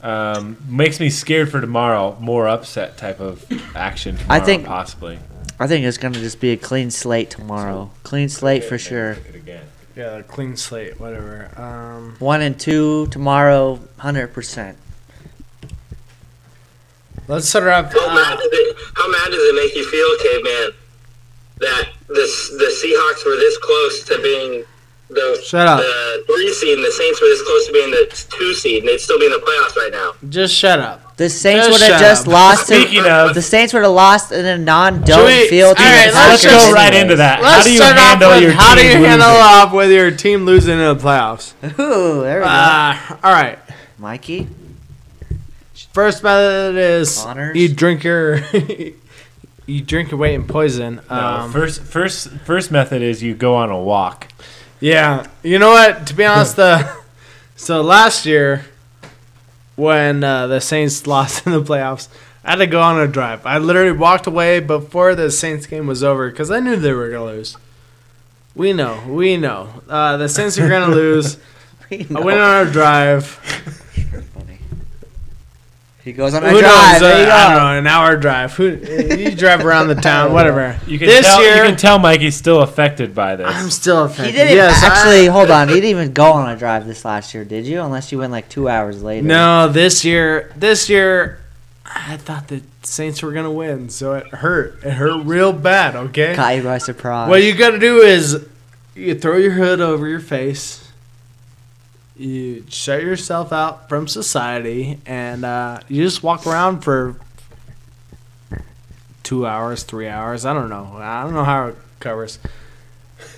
A: Um, makes me scared for tomorrow. More upset type of action. Tomorrow,
B: I think-
A: possibly
B: I think it's going to just be a clean slate tomorrow. Clean slate for sure.
C: Yeah, clean slate, whatever. Um,
B: One and two tomorrow, 100%.
C: let's start off.
D: How mad
C: Uh,
D: does it, how mad does it make you feel, caveman, that this the Seahawks were this close to being the
C: Shut up.
D: the three seed, and the Saints were this close to being the two seed, and they'd still be in the playoffs right now.
C: just shut up.
B: The Saints
C: Just
B: would have
C: shut
B: just
C: up.
B: lost
A: Speaking
B: to.
A: of-
B: The Saints would have lost in a non-dome
C: Should we-
B: field. to
C: all right,
B: the
A: Let's
B: Packers
A: go right
B: anyways.
A: into that.
C: Let's
A: How do you
C: start off
A: handle
C: with
A: your
C: how do
A: team
C: you handle
A: losing?
C: off with your team losing in the playoffs?
B: Ooh, there we go.
C: Uh, all right.
B: Mikey,
C: First method is
B: Honors?
C: you drink your you drink your weight in poison.
A: No,
C: Um,
A: first, first, first method is you go on a walk.
C: yeah, you know what? To be honest, the so last year when uh, the Saints lost in the playoffs, I had to go on a drive. I literally walked away before the Saints game was over because I knew they were gonna lose. We know, we know. Uh, the Saints are gonna lose.
B: We
C: I
B: know.
C: went on a drive.
B: Funny. He goes on a
C: Who
B: drive.
C: knows?
B: there you
C: Uh,
B: go.
C: I don't know. An hour drive. Who, you drive around the town, whatever.
A: You can tell, you can tell Mikey's still affected by this.
C: I'm still
B: He
C: offended.
B: didn't
C: Yes, I-
B: actually. hold on, he didn't even go on a drive this last year, did you? Unless you went like two hours later.
C: no, this year, this year, I thought the Saints were gonna win, so it hurt. It hurt real bad. Okay.
B: caught you by surprise.
C: What you gotta do is you throw your hood over your face, you shut yourself out from society and uh, you just walk around for two hours, three hours. I don't know. I don't know how it covers.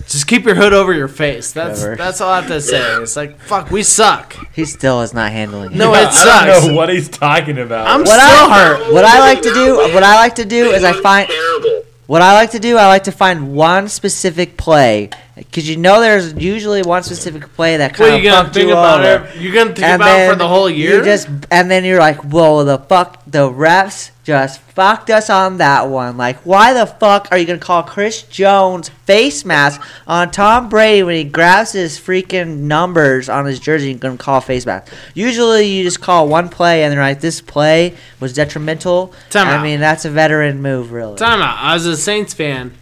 C: Just keep your hood over your face. That's
B: Covers.
C: that's all I have to say. It's like fuck, we suck.
B: He still is not handling it.
C: No, it sucks.
A: I don't know what he's talking about.
C: I'm
B: What
C: still
B: I,
C: hurt.
B: what I like to do, what I like to do is I
D: Baylor's
B: find
D: terrible.
B: What I like to do, I like to find one specific play because you know there's usually one specific play that
C: What
B: kind
C: are you
B: of
C: gonna
B: fucked
C: think
B: you
C: about
B: over.
C: it? You gonna think
B: And
C: about it for
B: then
C: the whole year?
B: You just and then you're like, whoa, the fuck, the refs just fucked us on that one. Like, why the fuck are you gonna call Chris Jones face mask on Tom Brady when he grabs his freaking numbers on his jersey? You're gonna call face mask. Usually, you just call one play and they're like, this play was detrimental.
C: Time
B: I
C: out.
B: mean, that's a veteran move, really.
C: Time out. As a Saints fan,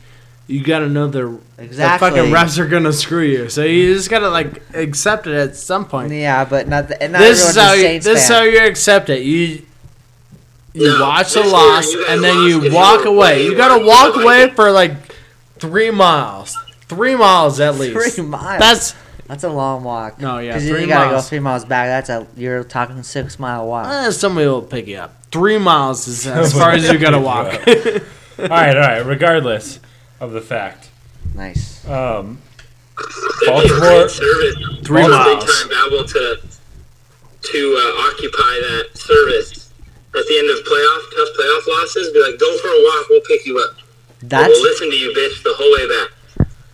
C: you gotta know the,
B: Exactly.
C: the fucking refs are gonna screw you. So you just gotta like accept it at some point.
B: Yeah, but not the, and not
C: this is how
B: everyone's a
C: you,
B: Saints
C: this is how
B: fan.
C: you accept it. You you
D: No,
C: watch the
D: this year
C: loss
D: you guys
C: and then
D: lost
C: you
D: because you
C: walk
D: were
C: away.
D: way
C: You gotta
D: worse
C: walk
D: than
C: away
D: Vikings.
C: for like three miles, three miles at least.
B: Three miles.
C: That's
B: That's a long walk.
C: No, yeah,
B: 'Cause then
C: three
B: you gotta
C: miles.
B: go three miles back. That's a you're talking six mile walk.
C: eh, somebody will pick you up. Three miles is as far as you gotta walk.
A: all right, all right. Regardless of the fact,
B: nice.
C: Oh,
A: um,
D: That'd be a
A: Baltimore-
D: great service.
C: Three
D: Baltimore
C: miles.
D: Big time Babel to to uh, occupy that service at the end of playoff tough playoff losses. Be like, go for a walk. We'll pick you up.
B: That's
D: we'll listen to you, bitch, the whole way back.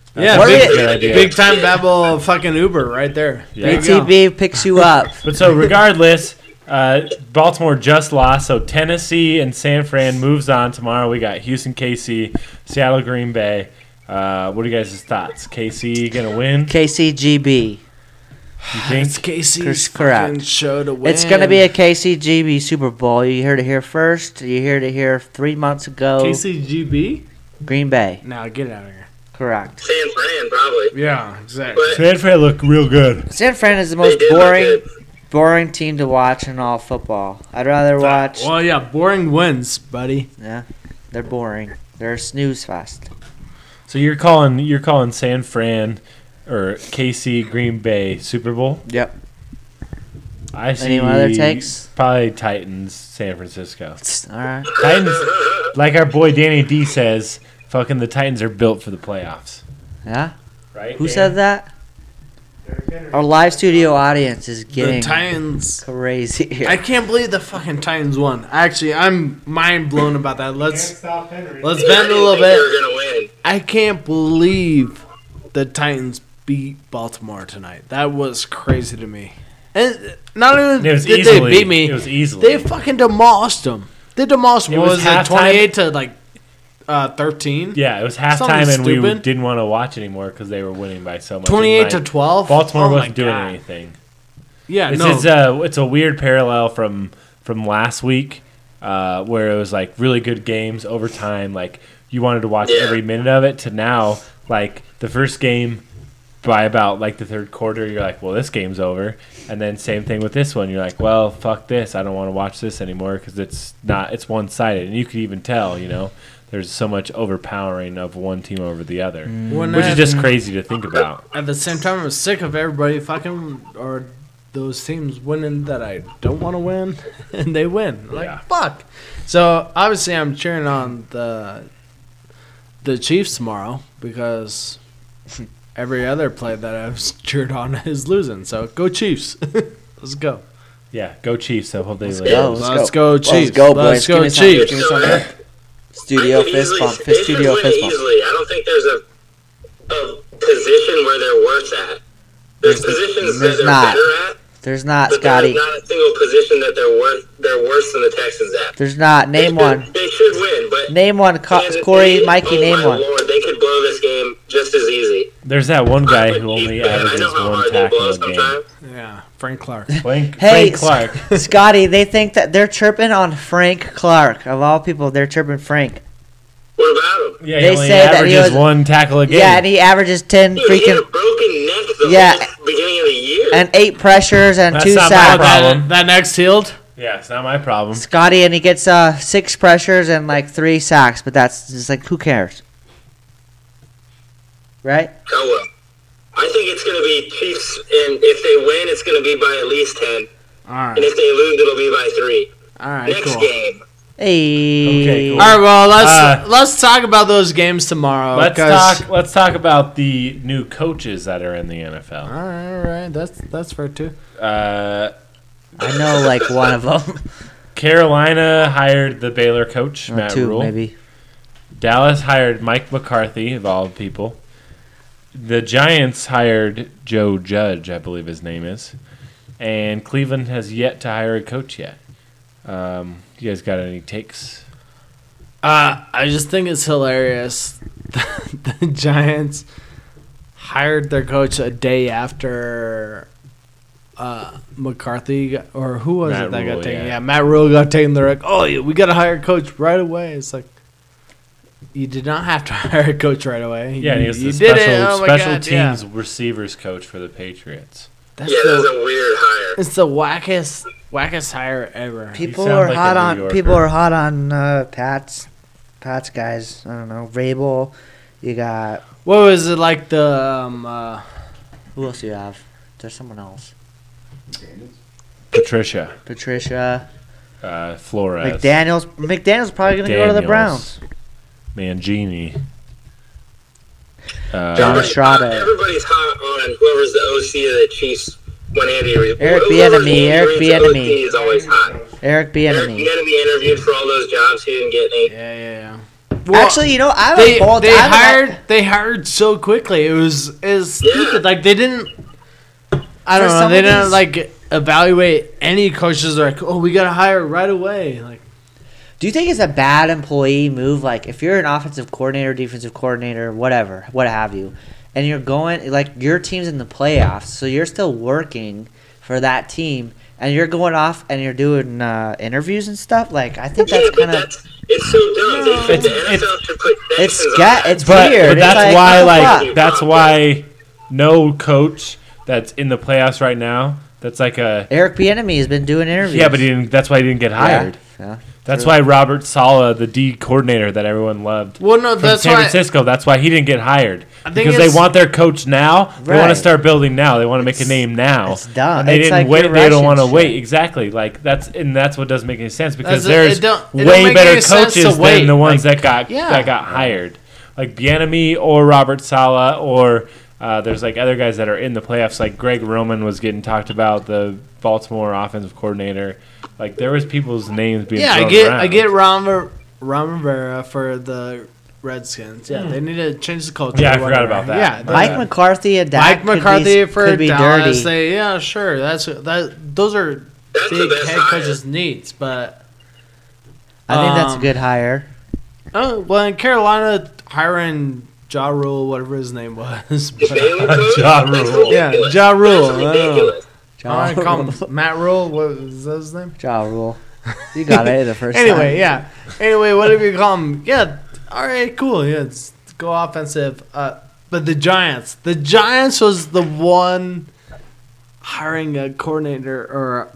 C: yeah,
B: What
C: big,
B: are
A: good idea.
C: big time Babel fucking Uber right there.
A: Yeah.
C: There you go.
B: ATB picks you up.
A: But so regardless, uh, Baltimore just lost, so Tennessee and San Fran moves on tomorrow. We got Houston, KC, Seattle, Green Bay. Uh, what are you guys' thoughts? KC gonna win?
B: KCGB.
A: You
C: It's
A: think?
C: Casey's
B: Chris Corral.
C: fucking show to win.
B: It's gonna be a KCGB Super Bowl. You heard it here first. You heard it here three months ago.
C: KCGB.
B: Green Bay.
C: Now get out of here.
B: Correct.
D: San Fran, probably.
C: Yeah, exactly.
D: But
A: San Fran look real good.
B: San Fran is the
D: they
B: most
D: did
B: boring,
D: look good.
B: boring team to watch in all football. I'd rather watch.
C: Well, yeah, boring wins, buddy.
B: They're boring. They're a snooze fest.
A: So you're calling you're calling San Fran or KC Green Bay Super Bowl?
B: Yep.
A: I see.
B: other takes?
A: Probably Titans, San Francisco.
B: All right.
A: Titans, like our boy Danny D says, fucking the Titans are built for the playoffs,
B: Yeah.
A: right?
B: Who said that? Our live studio audience is
C: The
B: getting
C: Titans.
B: crazy here.
C: I can't believe the fucking Titans won. Actually, I'm mind blown about that. Let's
A: stop Henry.
C: let's
D: I
C: bend
D: didn't
C: a little
D: think
C: bit.
D: They were gonna win.
C: I can't believe the Titans beat Baltimore tonight. That was crazy to me. And not even
A: It was
C: did
A: easily.
C: they beat me.
A: It was easily.
C: They fucking demolished them. They demolished.
A: It
C: What
A: was
C: was, it?
A: halftime-
C: Twenty-eight to like uh, thirteen.
A: yeah, it was halftime,
C: Something
A: and we
C: stupid.
A: didn't want to watch anymore because they were winning by so much. And,
C: Twenty-eight to
A: like,
C: twelve.
A: Baltimore
C: Oh my
A: wasn't doing
C: God.
A: anything.
C: Yeah,
A: It's, uh,
C: no.
A: it's a it's a weird parallel from from last week, uh, where it was like really good games overtime. Like you wanted to watch
D: Yeah.
A: every minute of it. To now, like the first game by about like the third quarter, you're like, well, this game's over. And then same thing with this one. You're like, well, fuck this. I don't want to watch this anymore because it's not it's one sided, and you could even tell, you know. There's so much overpowering of one team over the other,
C: When um,
A: which
C: that-
A: is just crazy to think about.
C: At the same time, I'm sick of everybody fucking or those teams winning that I don't want to win, and they win. Like
A: Yeah.
C: fuck. So obviously, I'm cheering on the the Chiefs tomorrow because every other play that I've cheered on is losing. So go Chiefs. Let's go.
A: Yeah, go Chiefs. So hope they lose.
B: go. "Oh, Let's
C: Let's go Chiefs.
B: Let's go, boys.
C: Let's
B: Give
C: go
B: me some- give me
C: Chiefs.
B: some-
D: So, uh,
B: Studio
D: I could
B: fist
D: easily-
B: bump.
D: They could
B: Studio
D: win
B: fist bump.
D: easily. I don't think there's a, a position where they're worse at. There's positions
B: there's
D: that they're
B: not.
D: better at,
B: There's not,
D: but
B: Scotty.
D: there's not a single position that they're worth. They're worse than the Texans at.
B: There's not. Name
D: they should,
B: one.
D: They should win, but
B: Name one. Co-
D: Kansas
B: Corey,
D: City,
B: Mikey,
D: oh
B: name
D: my
B: one.
D: Lord, they could blow this game just as easy.
A: There's that one guy
D: I'm a
A: who only
D: Chiefs fan. I know
A: averages
D: how
A: one
D: hard they blow
A: tackle a game.
D: sometimes.
C: Yeah, Frank Clark.
A: Frank,
B: Hey,
A: Frank Clark.
B: Scotty, they think that they're chirping on Frank Clark. Of all people, they're chirping Frank.
D: What about him?
A: Yeah,
B: They
A: he only
B: say that he
A: averages
B: was-
A: one tackle a game.
B: Yeah, and he averages 10
D: Dude, he had a
B: freaking
D: broken neck the
B: Yeah.
D: whole beginning of the year.
B: and eight pressures and
A: That's
B: two
A: not my
B: sacks.
A: Problem.
C: That, that next healed.
A: yeah, it's not my problem.
B: Scotty, and he gets uh, six pressures and like three sacks, but that's just like, who cares? Right?
D: oh well. I I think it's going to be Chiefs, and if they win, it's going to be by at least ten,
C: All
D: and
C: right.
D: if they lose, it'll be by three.
C: All right.
D: Next
C: Cool.
D: game.
B: Hey.
A: Okay, cool.
C: All right. Well, let's
A: Uh,
C: let's talk about those games tomorrow.
A: Let's
C: 'cause-
A: talk. Let's talk about the new coaches that are in the
C: All
A: NFL.
C: right. All right. That's that's fair too.
A: Uh,
B: I know like one of them.
A: Carolina hired the Baylor coach Matt
B: Uh, two,
A: Rule.
B: maybe.
A: Dallas hired Mike McCarthy of all people. The Giants hired Joe Judge, I believe his name is, and Cleveland has yet to hire a coach yet. Um, you guys got any takes?
C: Uh, I just think it's hilarious. the Giants hired their coach a day after uh, McCarthy got, or who was
A: Matt
C: it that
A: Rule,
C: got taken?
A: yeah.
C: Yeah. Matt Rule got taken. They're like, oh, yeah, we got to hire a coach right away. It's like you did not have to hire a coach right away.
A: Yeah, and he
C: you,
A: was
C: you Oh
A: the special,
C: my
A: special
C: God, yeah.
A: teams receivers coach for the Patriots.
C: That's
D: Yeah, that was
C: the,
D: a weird hire.
C: it's the wackest, wackest hire ever.
B: People
A: sound
B: are
A: like a
B: hot
A: New
B: on
A: Yorker.
B: people are hot on uh, Pat's Pat's guys. I don't know. Rabel. You got
C: What was it like the um, uh,
B: who else do you have? There's someone else.
A: Patricia
B: Patricia.
A: uh, Flores.
B: McDaniel's McDaniel's probably gonna go to the Browns.
A: Daniels, Mangini. Uh,
B: John
D: Everybody-
B: Estrada.
D: Everybody's hot on whoever's the OC of the Chiefs when Andy Reid.
B: Eric
D: whoever's
B: Bieniemy,
D: Andy
B: Eric
D: Reid's OC
B: Bieniemy.
D: is always hot.
B: Eric
D: Eric
B: Bieniemy.
D: Bieniemy interviewed for all those jobs. He didn't get any.
C: yeah, yeah, yeah.
B: Actually, you know, I have
C: they,
B: a bold.
C: they
B: I have a-
C: hired they hired so quickly. It was is stupid.
D: Yeah.
C: Like they didn't. I
B: For
C: don't know.
B: some
C: They
B: of
C: didn't
B: these-
C: like evaluate any coaches. Like, oh, we gotta hire right away. Like,
B: Do you think it's a bad employee move? Like, if you're an offensive coordinator, defensive coordinator, whatever, what have you, and you're going, like, your team's in the playoffs, so you're still working for that team, and you're going off and you're doing uh, interviews and stuff. Like, I think
D: yeah,
B: that's
D: but
B: kind of.
D: that's it's so dumb. They should, the
A: It's- it's-
D: NFL should put
B: It's
D: sanctions on
B: got.
D: that.
B: It's
A: but,
B: weird.
A: but
B: It's
A: that's
B: like,
A: why,
B: what the fuck?
A: like, that's why no coach that's in the playoffs right now. That's like a
B: Eric Bieniemy has been doing interviews.
A: yeah, but he didn't, that's why he didn't get hired.
B: Yeah, yeah.
A: That's why Robert Sala, the D coordinator that everyone loved
C: well, no,
A: from
C: that's
A: San
C: why.
A: Francisco, that's why he didn't get hired
C: think
A: because they
C: it's-
A: want their coach now. They want to
B: Right.
A: start building now. They want to make a
B: It's-
A: name now.
B: it's dumb.
A: And they
B: It's
A: didn't
B: like
A: wait.
B: your
A: They don't
B: Russian
A: want to
B: shit.
A: wait. Exactly. Like that's and that's what doesn't make any sense because
C: That's-
A: there's
C: it don't- it don't
A: way
C: make
A: better
C: any sense to
A: coaches than
C: wait.
A: the ones
C: Like,
A: that got
C: yeah.
A: that got hired, like Bienemy or Robert Sala or. Uh, there's like other guys that are in the playoffs, like Greg Roman was getting talked about, the Baltimore offensive coordinator. Like there was people's names being
C: Yeah, I
A: thrown
C: get I
A: around.
C: get Ron, Ver- Ron Rivera for the Redskins. Yeah, they need to change the culture.
A: Yeah, I
C: or
A: forgot
C: whatever.
A: about that.
C: Yeah,
A: Mike
B: Hmm. Mike
C: that-
B: McCarthy and Dak
C: Mike
B: could be-
C: McCarthy for
B: could be
C: Dallas.
B: dirty.
C: They, yeah, sure. That's that. Those are
D: That's the
C: big
D: best
C: head
D: hire.
C: coaches' needs, but.
B: I think that's a
C: um,
B: good hire.
C: Oh well, in Carolina, hiring Ja Rule, whatever his name was.
D: The Baylor coach?
A: Ja
D: That's
A: Rule.
C: Yeah,
D: ridiculous.
C: Ja Rule,
D: That's
C: I don't know.
D: ridiculous.
C: I
B: John
C: call him Matt Rule. What was that his name?
B: Ja Rule. You got it the first time.
C: Anyway, yeah. Anyway, whatever you call him. Yeah. All right. Cool. Yeah. It's, go offensive. Uh, but the Giants. The Giants was the one hiring a coordinator or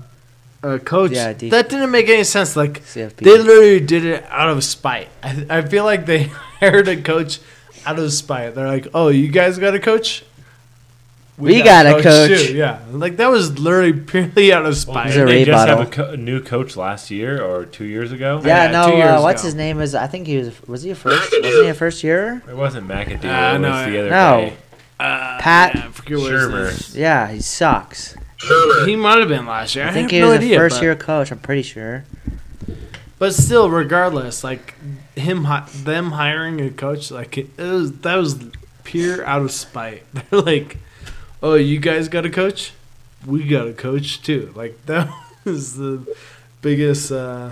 C: a, a coach.
B: Yeah, D-
C: that didn't make any sense. Like
B: CFP.
C: they literally did it out of spite. I, I feel like they hired a coach out of spite. They're like, oh, you guys got a coach.
B: We got a coach."
C: too." Yeah, like that was literally purely out of spite.
A: Didn't
B: He's a
A: they just
B: rebuttal.
A: have a, co- a new coach last year or two years ago?
B: Yeah,
C: Yeah, two
B: no.
C: years
B: Uh, what's
C: ago.
B: his name? Is I think he was was he a first?
D: McAdoo.
B: Wasn't he a first year?
A: It wasn't McAdoo.
C: Uh,
A: it was
C: no,
A: the other
B: no.
A: guy.
C: Uh,
B: Pat-
C: yeah, I forget what his
A: Shermer.
C: name is.
B: Yeah, he sucks.
D: Shermer.
C: He might have been last year. I,
B: I think
C: have
B: he
C: no
B: was a
C: idea.
B: first
C: but,
B: year coach. I'm pretty sure.
C: but still, regardless, like him, hi- them hiring a coach, like it, it was that was pure out of spite. They're like, "Oh, you guys got a coach? We got a coach too." Like that was the biggest uh,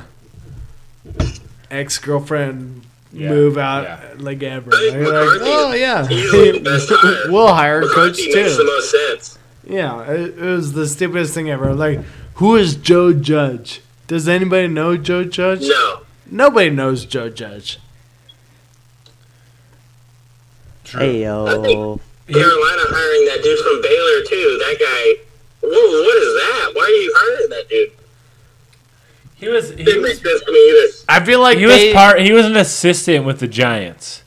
C: ex girlfriend
A: Yeah,
C: move out
A: yeah.
C: like ever.
D: I think
C: They're like,
D: McCarthy-
C: oh yeah,
D: easily the best hire.
C: we'll hire a coach
D: McCarthy makes the
C: too.
D: most sense.
C: Yeah, it, it was the stupidest thing ever. Like, who is Joe Judge? Does anybody know Joe Judge?
D: No.
C: Nobody knows Joe Judge.
A: True.
B: Hey yo,
D: Carolina hiring that dude from Baylor too. That guy. Whoa, what is that? Why are you hiring that dude?
A: He was he
D: Didn't make
A: was
D: sense to me either.
C: I feel like
A: he was part. He was an assistant
C: Oh.
A: with the Giants,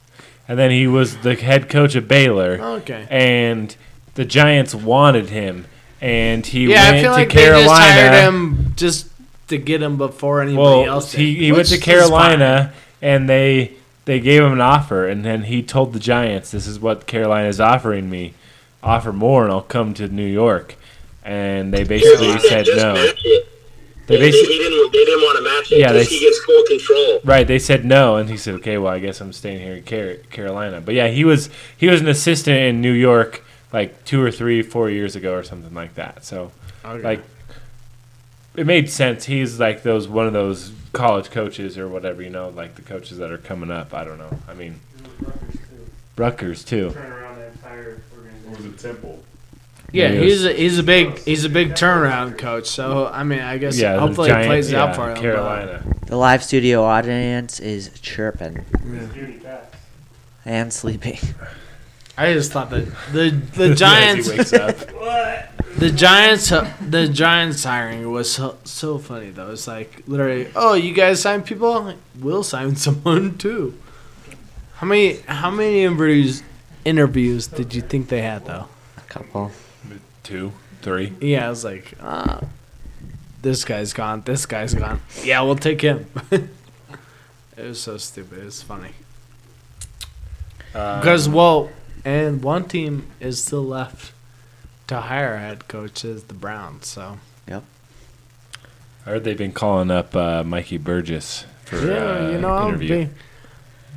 A: and then he was the head coach of Baylor.
C: Okay.
A: And the Giants wanted him, and he
C: yeah,
A: went
C: I feel
A: to
C: like
A: Carolina.
C: they just hired him just to get him before anybody
A: well,
C: else.
A: he,
C: did,
A: he went
C: which
A: to
C: is
A: Carolina, and they they gave him an offer, and then he told the Giants, "This is what Carolina's offering me. Offer more, and I'll come to New York." And they basically
D: Carolina
A: said
D: just
A: no.
D: matched it.
A: They
D: They,
A: basically
D: he didn't. They didn't want to match it.
A: Yeah,
D: Yeah,
A: they
D: he
A: s-
D: gets full control.
A: Right, they said no, and he said, "Okay, well, I guess I'm staying here in Car- Carolina." But yeah, he was he was an assistant in New York like two or three, four years ago, or something like that. So
C: fine. Okay.
A: like, it made sense. He's like those one of those college coaches or whatever, you know, like the coaches that are coming up. I don't know. I mean, Rutgers too.
E: Turn around that entire organization. Or the temple.
C: yeah,
A: Yes.
C: he's a, he's a big he's a big turnaround coach. So I mean, I guess
A: Yeah, the
C: hopefully
A: Giant-
C: it plays
A: yeah,
C: out for him. but-
A: Carolina.
B: The live studio audience is chirping
E: Beauty facts.
B: and sleeping.
C: I just thought that the the
A: As
C: Giants
A: he wakes up.
E: What?
C: The Giants, the Giants hiring was so, so funny though. It's like literally, oh, you guys sign people, we'll sign someone too. How many how many interviews interviews did you think they had though?
B: A couple.
A: two, three.
C: Yeah, I was like, ah, this guy's gone, this guy's gone. Yeah, we'll take him. it was so stupid. It's funny
A: Uh,
C: because well, and one team is still left to hire a head coach is the Browns. So
A: I heard they've been calling up uh, Mikey Burgess for
C: Yeah,
A: uh,
C: you know, I'm a
A: interview.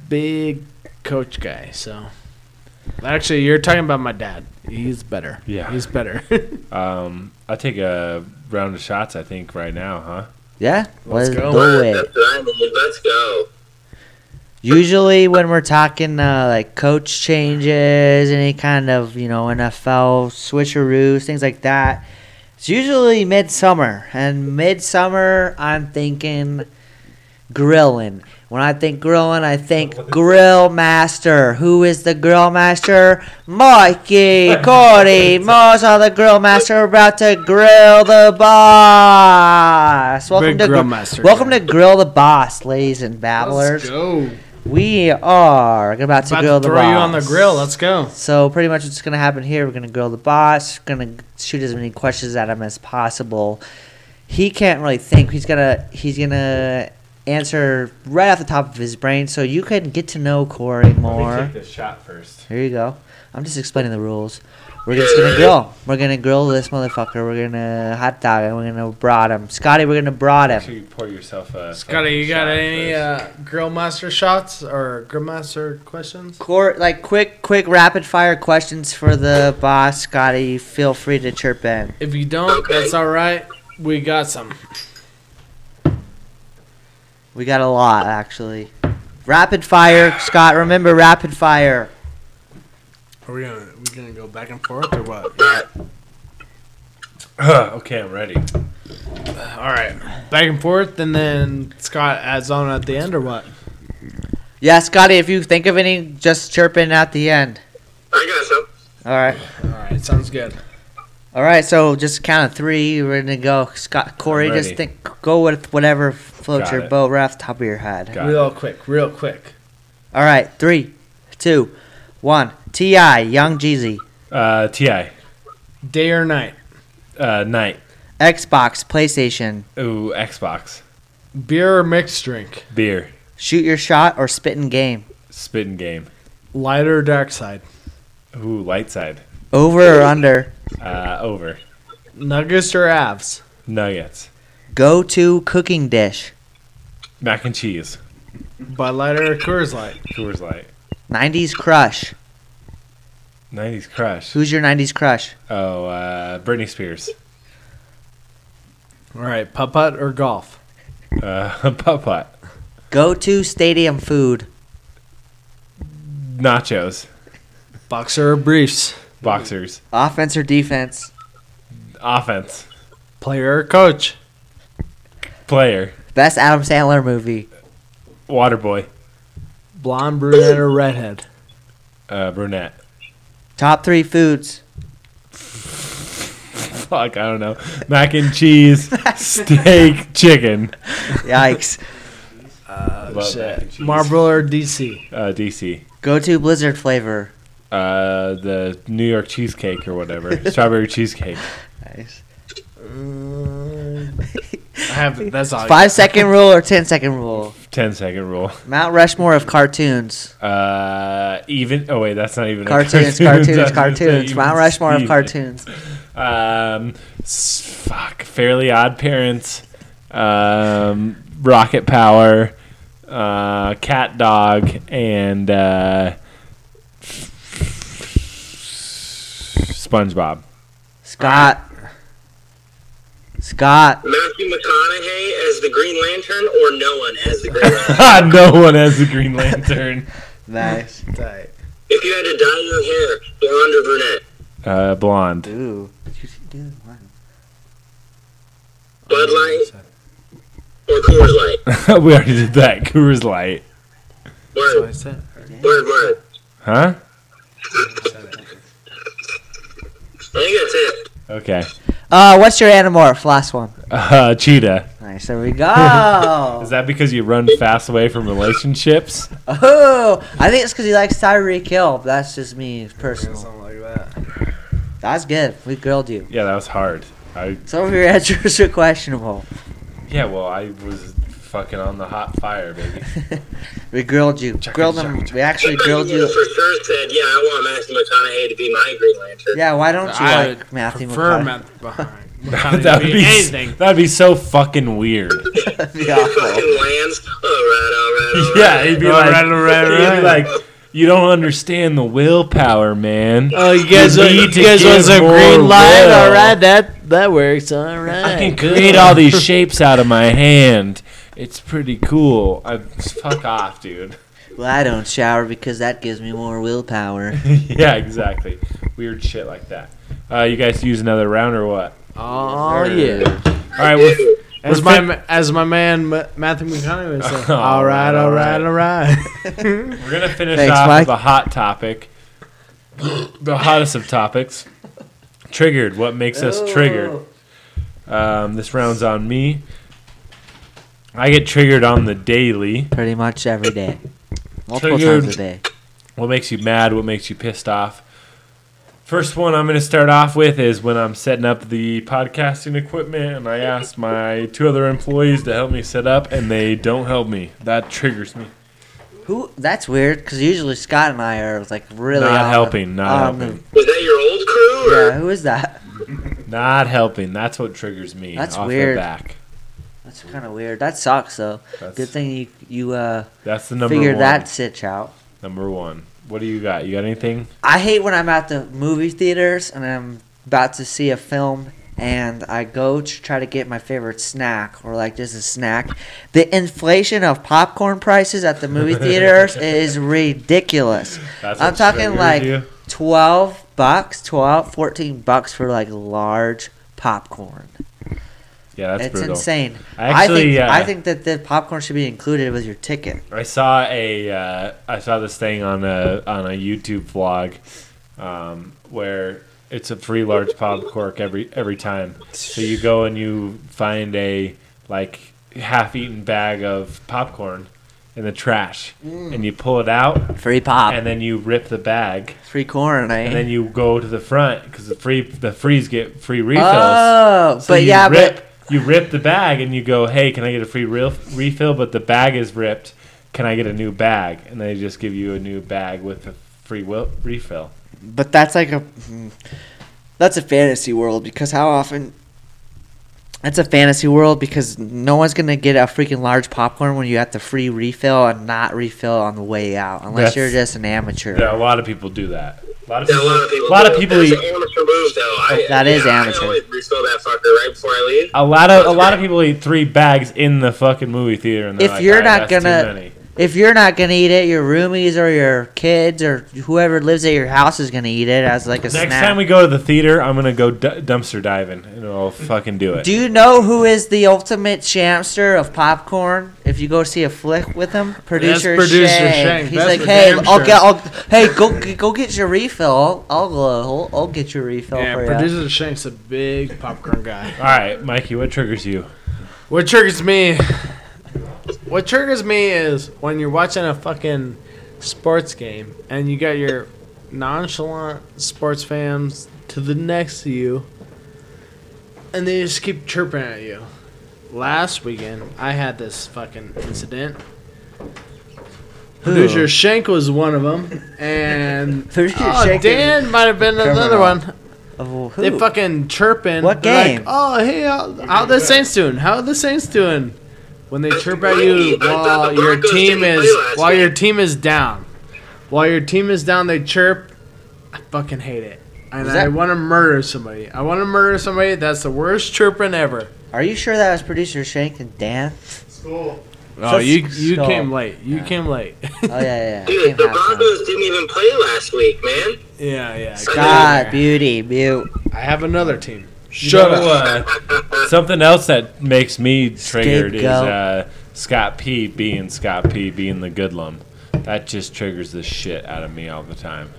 C: big, big coach guy. So, actually, you're talking about my dad. He's better.
A: Yeah.
C: he's better.
A: Um, I'll take a round of shots, I think, right now, huh?
B: Yeah, let's,
C: Let's go.
B: do it.
D: That's what I need. Let's go.
B: Usually, when we're talking uh, like coach changes, any kind of you know NFL switcheroos, things like that, it's usually midsummer. And midsummer, I'm thinking grilling. When I think grilling, I think grill master. Who is the grill master? Mikey, Cody, Mo's are the grill master. We're about to grill the boss. Welcome
C: Big
B: to
C: grill
B: gr-
C: master.
B: Welcome to Grill the Boss, ladies and babblers.
C: go.
B: We are about to
C: About
B: grill the
C: to throw
B: boss.
C: you on the grill. Let's go.
B: so pretty much what's gonna happen here, we're gonna grill the boss, gonna shoot as many questions at him as possible. He can't really think. He's gonna he's gonna answer right off the top of his brain, so you can get to know Corey more.
A: this shot first.
B: Here you go. I'm just explaining the rules. We're just gonna grill. We're gonna grill this motherfucker. We're gonna hot dog him. We're gonna broad him. Scotty, we're gonna broad him.
A: you pour yourself a.
C: Scotty, you got
A: shot
C: any
A: first.
C: uh, grill master shots or grill master questions?
B: Cor- like quick, quick, rapid fire questions for the boss, Scotty. Feel free to chirp in.
C: If you don't,
D: Okay.
C: that's all right. We got some.
B: We got a lot actually. Rapid fire, Scott. Remember rapid fire.
C: Are we gonna we gonna go back and forth or what? uh,
A: okay, I'm ready.
C: All right, back and forth, and then Scott adds on at the end or what?
B: Yeah, Scotty. If you think of any, just chirp in at the end.
D: I got some.
B: All right.
C: All right, sounds good.
B: All right. So just count of three. We're gonna go. Scott, Corey,
A: I'm
B: just
A: ready.
B: think. Go with whatever floats
A: Got
B: your
A: it.
B: boat right off the top of your head.
A: Got
C: real quick, real quick.
B: All right. Three, two, one. Ti, Young Jeezy,
A: Uh, Ti
C: Day or night,
A: uh, night.
B: Xbox, PlayStation.
A: Ooh, Xbox
C: beer or mixed drink,
A: beer
B: Shoot your shot or spit in game.
A: spitting game.
C: light or dark side,
A: Ooh, light side.
B: Over or under?
A: Uh, over
C: nuggets or abs,
A: nuggets.
B: Go to cooking dish.
A: Mac and cheese.
C: Bud Light or Coors Light,
A: Coors Light.
B: 90s crush.
A: 90s crush.
B: Who's your 90s crush?
A: Oh, uh, Britney Spears.
C: all right, putt putt or golf,
A: Uh, putt putt.
B: Go to stadium food.
A: Nachos.
C: boxer or briefs,
A: Boxers.
B: Offense or defense?
A: Offense.
C: player or coach,
A: Player.
B: Best Adam Sandler movie.
A: Waterboy.
C: blonde, brunette or redhead,
A: Uh, brunette.
B: Top three foods.
A: Fuck, I don't know. Mac and cheese, steak, chicken.
B: Yikes.
C: Oh,
A: Love mac and cheese.
C: Marlboro or DC,
A: Uh, DC.
B: Go to blizzard flavor.
A: uh, the New York cheesecake or whatever, strawberry cheesecake.
B: Nice.
C: I have that's all.
B: Five second rule or ten second rule?
A: 10 second rule.
B: Mount Rushmore of cartoons.
A: Uh, even oh wait, that's not even a
B: Cartoons,
A: cartoon. I was gonna
B: cartoons,
A: say
B: cartoons.
A: even
B: Mount Rushmore of
A: Steven.
B: cartoons.
A: Um, s- fuck, Fairly Odd Parents, um, Rocket Power, uh, Cat Dog, and uh, SpongeBob.
B: Scott. Scott.
D: Matthew McConaughey as the Green Lantern or no one as the Green Lantern?
A: no one has the Green Lantern.
B: Nice.
C: Tight.
D: if you had to dye your hair blonde or brunette,
A: Uh, blonde.
B: Ooh. You should do one.
D: Bud Light or Coors Light?
A: we already did that. Coors Light,
C: So I
D: Word,
C: said.
D: word, word.
A: huh?
D: I think that's it.
A: Okay.
B: Uh, what's your animorph? Last one.
A: Uh, cheetah.
B: Nice. There we go.
A: Is that because you run fast away from relationships?
B: oh, I think it's because he likes Tyreek Hill. but That's just me, personal.
C: Something like that.
B: That's good. We grilled you.
A: Yeah, that was hard. I
B: Some of your answers are questionable.
A: Yeah, well, I was fucking on the hot fire, baby.
B: We grilled you.
A: Check,
B: grilled
A: check,
B: him.
A: check.
B: We actually grilled
D: You
B: you.
D: for sure said, yeah, I want Matthew McConaughey to be my Green Lantern.
B: Yeah, why don't you
C: I
B: like Matthew
C: prefer
B: McConaughey?
C: Matthew behind.
A: that would be
C: anything.
A: that'd be so fucking weird.
B: That'd be awful.
D: Fucking lands. All right, all right, all right.
A: yeah, he'd be
C: All
A: like,
C: right, all right, all
A: he'd be
C: right.
A: like, you don't understand the willpower, man.
C: Oh, you guys,
A: You
C: you,
A: need to
C: guys
A: give
C: want some
A: more
C: green light?
A: will.
C: All right, that that works. All right.
A: I can create all these shapes out of my hand. It's pretty cool. I fuck off, dude.
B: Well, I don't shower because that gives me more willpower.
A: yeah, exactly. Weird shit like that. Uh, you guys use another round or what?
C: Oh yeah.
A: All right, we're,
C: As
A: we're
C: my
A: fin-
C: ma- as my man M- Matthew McConaughey would say.
A: All
C: all right,
A: right,
C: all
A: all
C: right,
A: right.
C: all right.
A: We're gonna finish
B: Thanks,
A: off
B: Mike.
A: with a hot topic, the hottest of topics. Triggered. What makes us triggered? Um, this round's on me. I get triggered on the daily.
B: Pretty much every day. Multiple
A: Triggered.
B: times a day.
A: What makes you mad? What makes you pissed off? First one I'm going to start off with is when I'm setting up the podcasting equipment and I asked my two other employees to help me set up and they don't help me. That triggers me.
B: Who? That's weird because usually Scott and I are like really uh, um,
A: Not
B: on the-
A: helping, not
B: on the-
A: helping.
D: Was that your old crew? Or?
B: yeah, who is that?
A: Not helping. That's what triggers me.
B: That's
A: off
B: weird.
A: The back.
B: That's kind of weird. That sucks though.
A: That's-
B: Good thing you you uh
A: That's the number
B: figured
A: one.
B: that sitch out.
A: Number one. What do you got? You got anything?
B: I hate when I'm at the movie theaters and I'm about to see a film and I go to try to get my favorite snack or like just a snack. The inflation of popcorn prices at the movie theaters is ridiculous.
A: That's
B: I'm
A: what
B: talking
A: triggers
B: like
A: you?
B: 12 bucks, 12, 14 bucks for like large popcorn.
A: Yeah, that's
B: it's
A: brutal.
B: insane.
A: I
B: I think
A: actually, uh,
B: I think that the popcorn should be included with your ticket.
A: I saw a uh, I saw this thing on a on a YouTube vlog um, where it's a free large pop cork every every time. So you go and you find a like half eaten bag of popcorn in the trash,
B: Mm.
A: and you pull it out,
B: Free pop,
A: and then you rip the bag,
B: free corn, eh?
A: and then you go to the front because the free the frees get free refills.
B: oh,
A: So
B: but
A: you
B: yeah, but
A: rip, you rip the bag and you go, "Hey, can I get a free real refill?" But the bag is ripped. Can I get a new bag? And they just give you a new bag with a free will refill.
B: But that's like a hmm. that's a fantasy world because how often that's a fantasy world because no one's gonna get a freaking large popcorn when you have to free refill and not refill on the way out unless
A: That's-
B: you're just an amateur.
A: Yeah, a lot of people do that. A lot of
D: Yeah,
A: people,
D: a lot of people.
A: a lot of
D: do.
A: people
D: That's
A: eat.
D: an amateur move, though. I,
B: Oh, That is
D: yeah,
B: amateur. Oh,
D: I always refill that fucker right before I leave.
A: A lot of a lot of people eat three bags in the fucking movie theater. And they're
B: If
A: like,
B: you're
A: "All right,
B: not
A: that's too
B: gonna-
A: many."
B: If you're not gonna eat it, your roomies or your kids or whoever lives at your house is gonna eat it as like a
A: next
B: snack.
A: time we go to the theater, I'm gonna go d- dumpster diving and I'll fucking do it.
B: do you know who is the ultimate shamster of popcorn? If you go see a flick with him, producer,
C: Producer
B: Shank.
C: Shank.
B: He's
C: That's
B: like,
C: for
B: hey,
C: damn
B: I'll
C: sure.
B: get, I'll, hey, go, g- go get your refill. I'll go, I'll, I'll get your refill
C: yeah,
B: Oh, for you.
C: producer Shank's a big popcorn guy.
A: All right, Mikey, what triggers you?
C: What triggers me? What triggers me is when you're watching a fucking sports game and you got your nonchalant sports fans to the next to you, and they just keep chirping at you. Last weekend, I had this fucking incident. Producer Shank was one of them, and
B: Producer
C: oh,
B: Shank
C: Dan might have been another
B: criminal.
C: one.
B: Of who?
C: They fucking chirping.
B: What
C: They're
B: game?
C: Like, oh, hey, how, how the Saints doing? How are the Saints doing? When they
D: That's
C: chirp at
D: funny.
C: you
D: I thought
C: while
D: the
C: your
D: Broncos
C: team
D: didn't play
C: is
D: last
C: while
D: week.
C: your team is down, while your team is down, they chirp. I fucking hate it, and
B: Was
C: I
B: that-
C: want to murder somebody. I want to murder somebody. That's the worst chirping ever.
B: Are you sure that was producer Shank and Dan?
E: School.
C: Oh,
B: Just
C: you you
B: stop.
C: came late. You came late.
B: Oh yeah, yeah. yeah.
D: Dude,
B: Can't
D: the
B: have them.
D: Broncos didn't even play last week, man.
C: yeah, yeah.
B: God, beauty, mute.
C: I have another team.
A: Shut up. something else that makes me triggered is
B: Scapegoat.
A: uh, Scott P being Scott P being the good lum. That just triggers the shit out of me all the time.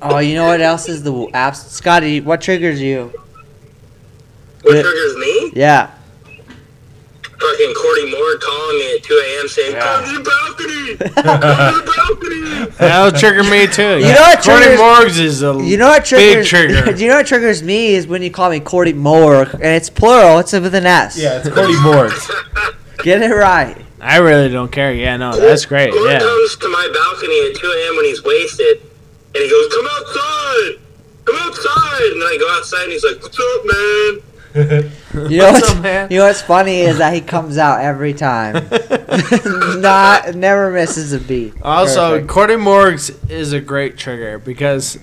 B: Oh, you know what else is the abs? Scotty, what triggers you?
D: What
B: Yeah.
D: triggers me?
B: Yeah.
D: Fucking Cordy Moore calling me at 2 a.m. saying, "Come to the balcony, come to the balcony."
C: That'll trigger me too.
B: You know what
C: Corey
B: triggers-
C: Morgs is a
B: You know what triggers?
C: big trigger.
B: you know what triggers me is when you call me Cordy Moore, and it's plural. It's with an S.
A: it's Cody Morgs.
B: Get it right.
C: I really don't care. Yeah, no, that's great.
D: Corey
C: Yeah.
D: comes to my balcony at 2 a.m. when he's wasted, and he goes, "Come outside, come outside." And then I go outside, and he's like, "What's up, man?"
B: You know
C: What's
B: what's,
C: up, man?
B: you know what's funny is that he comes out every time. Not never misses a beat.
C: Also,
B: Perfect.
C: Cordy Morgs is a great trigger because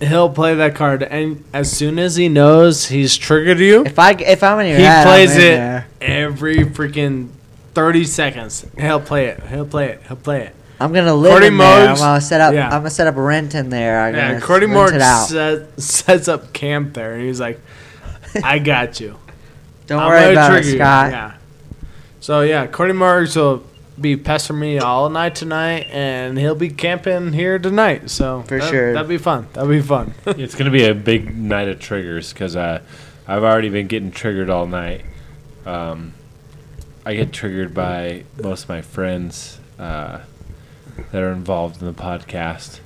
C: he'll play that card, and as soon as he knows he's triggered you,
B: if I if I'm in your
C: he
B: head, I'm
C: plays
B: in
C: it
B: there.
C: every freaking thirty seconds. He'll play it. He'll play it. He'll play it.
B: I'm gonna live
C: Cordy
B: in there. I'm
C: Morgs-
B: gonna set up.
C: yeah.
B: I'm gonna set up rent in there. I'm
C: Yeah,
B: gonna
C: Cordy uh,
B: rent it
C: Morgs
B: out.
C: set, sets up camp there, and he's like, "I got you.
B: Don't
C: I'm
B: worry
C: gonna
B: about it,
C: trigger you."
B: Scott.
C: Yeah. So yeah, Cordy Morgs will be pestering me all night tonight, and he'll be camping here tonight. So
B: For sure.
C: that'd be fun. That'd be fun.
A: It's gonna be a big night of triggers because uh, I've already been getting triggered all night. Um, I get triggered by most of my friends uh, that are involved in the podcast.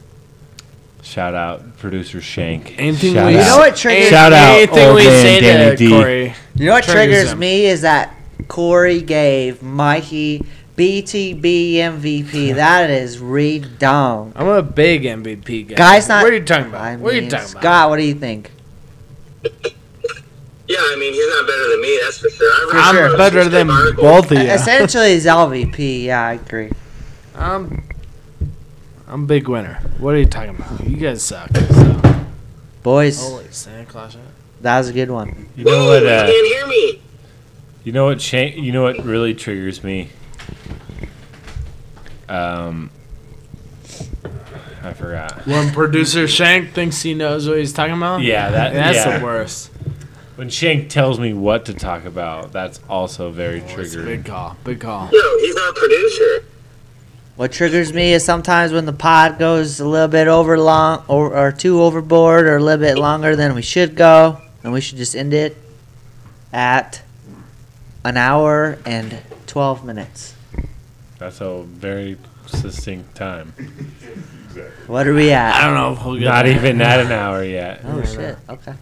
A: Shout out producer Shank.
C: Anything
A: Shout
C: we
B: You
A: out.
B: know what triggers?
A: Shout out,
C: Anything
A: old
C: we
A: man
C: say
A: Danny
C: to
A: D.
C: Corey.
B: You know what
C: triggers
B: triggers
C: him.
B: me is that Corey gave Mikey BTB MVP. that is redone.
C: I'm a big MVP guy.
B: Guys, not.
C: What are you talking about?
B: I
C: what are you
B: mean,
C: talking
B: Scott,
C: about?
B: what do you think?
D: Yeah, I mean, he's not better than me, that's for sure. I
C: I'm
D: remember
C: better
D: this
C: than
D: article.
C: both of you.
B: Essentially, he's LVP. Yeah, I agree.
C: I'm, I'm a big winner. What are you talking about? You guys suck. So.
B: Boys,
C: Oh, Santa Claus.
B: that was a good one.
A: You know
D: Whoa,
A: what?
D: you
A: Uh,
D: can't hear me.
A: You know what? Shane, you know what really triggers me. Um, I forgot.
C: When producer Shank thinks he knows what he's talking about.
A: Yeah, that-
C: that's
A: yeah.
C: the worst.
A: When Shank tells me what to talk about, that's also very
C: Oh, It's a
A: triggering.
C: big call. Big call.
D: No, he's not a producer.
B: What triggers me is sometimes when the pod goes a little bit over long or, or too overboard or a little bit longer than we should go, and we should just end it at an hour and 12 minutes.
A: That's a very succinct time.
B: What are we
C: I
B: at?
C: don't know if he'll get
A: Not
C: there.
A: even at an hour yet.
B: Oh, shit. Okay.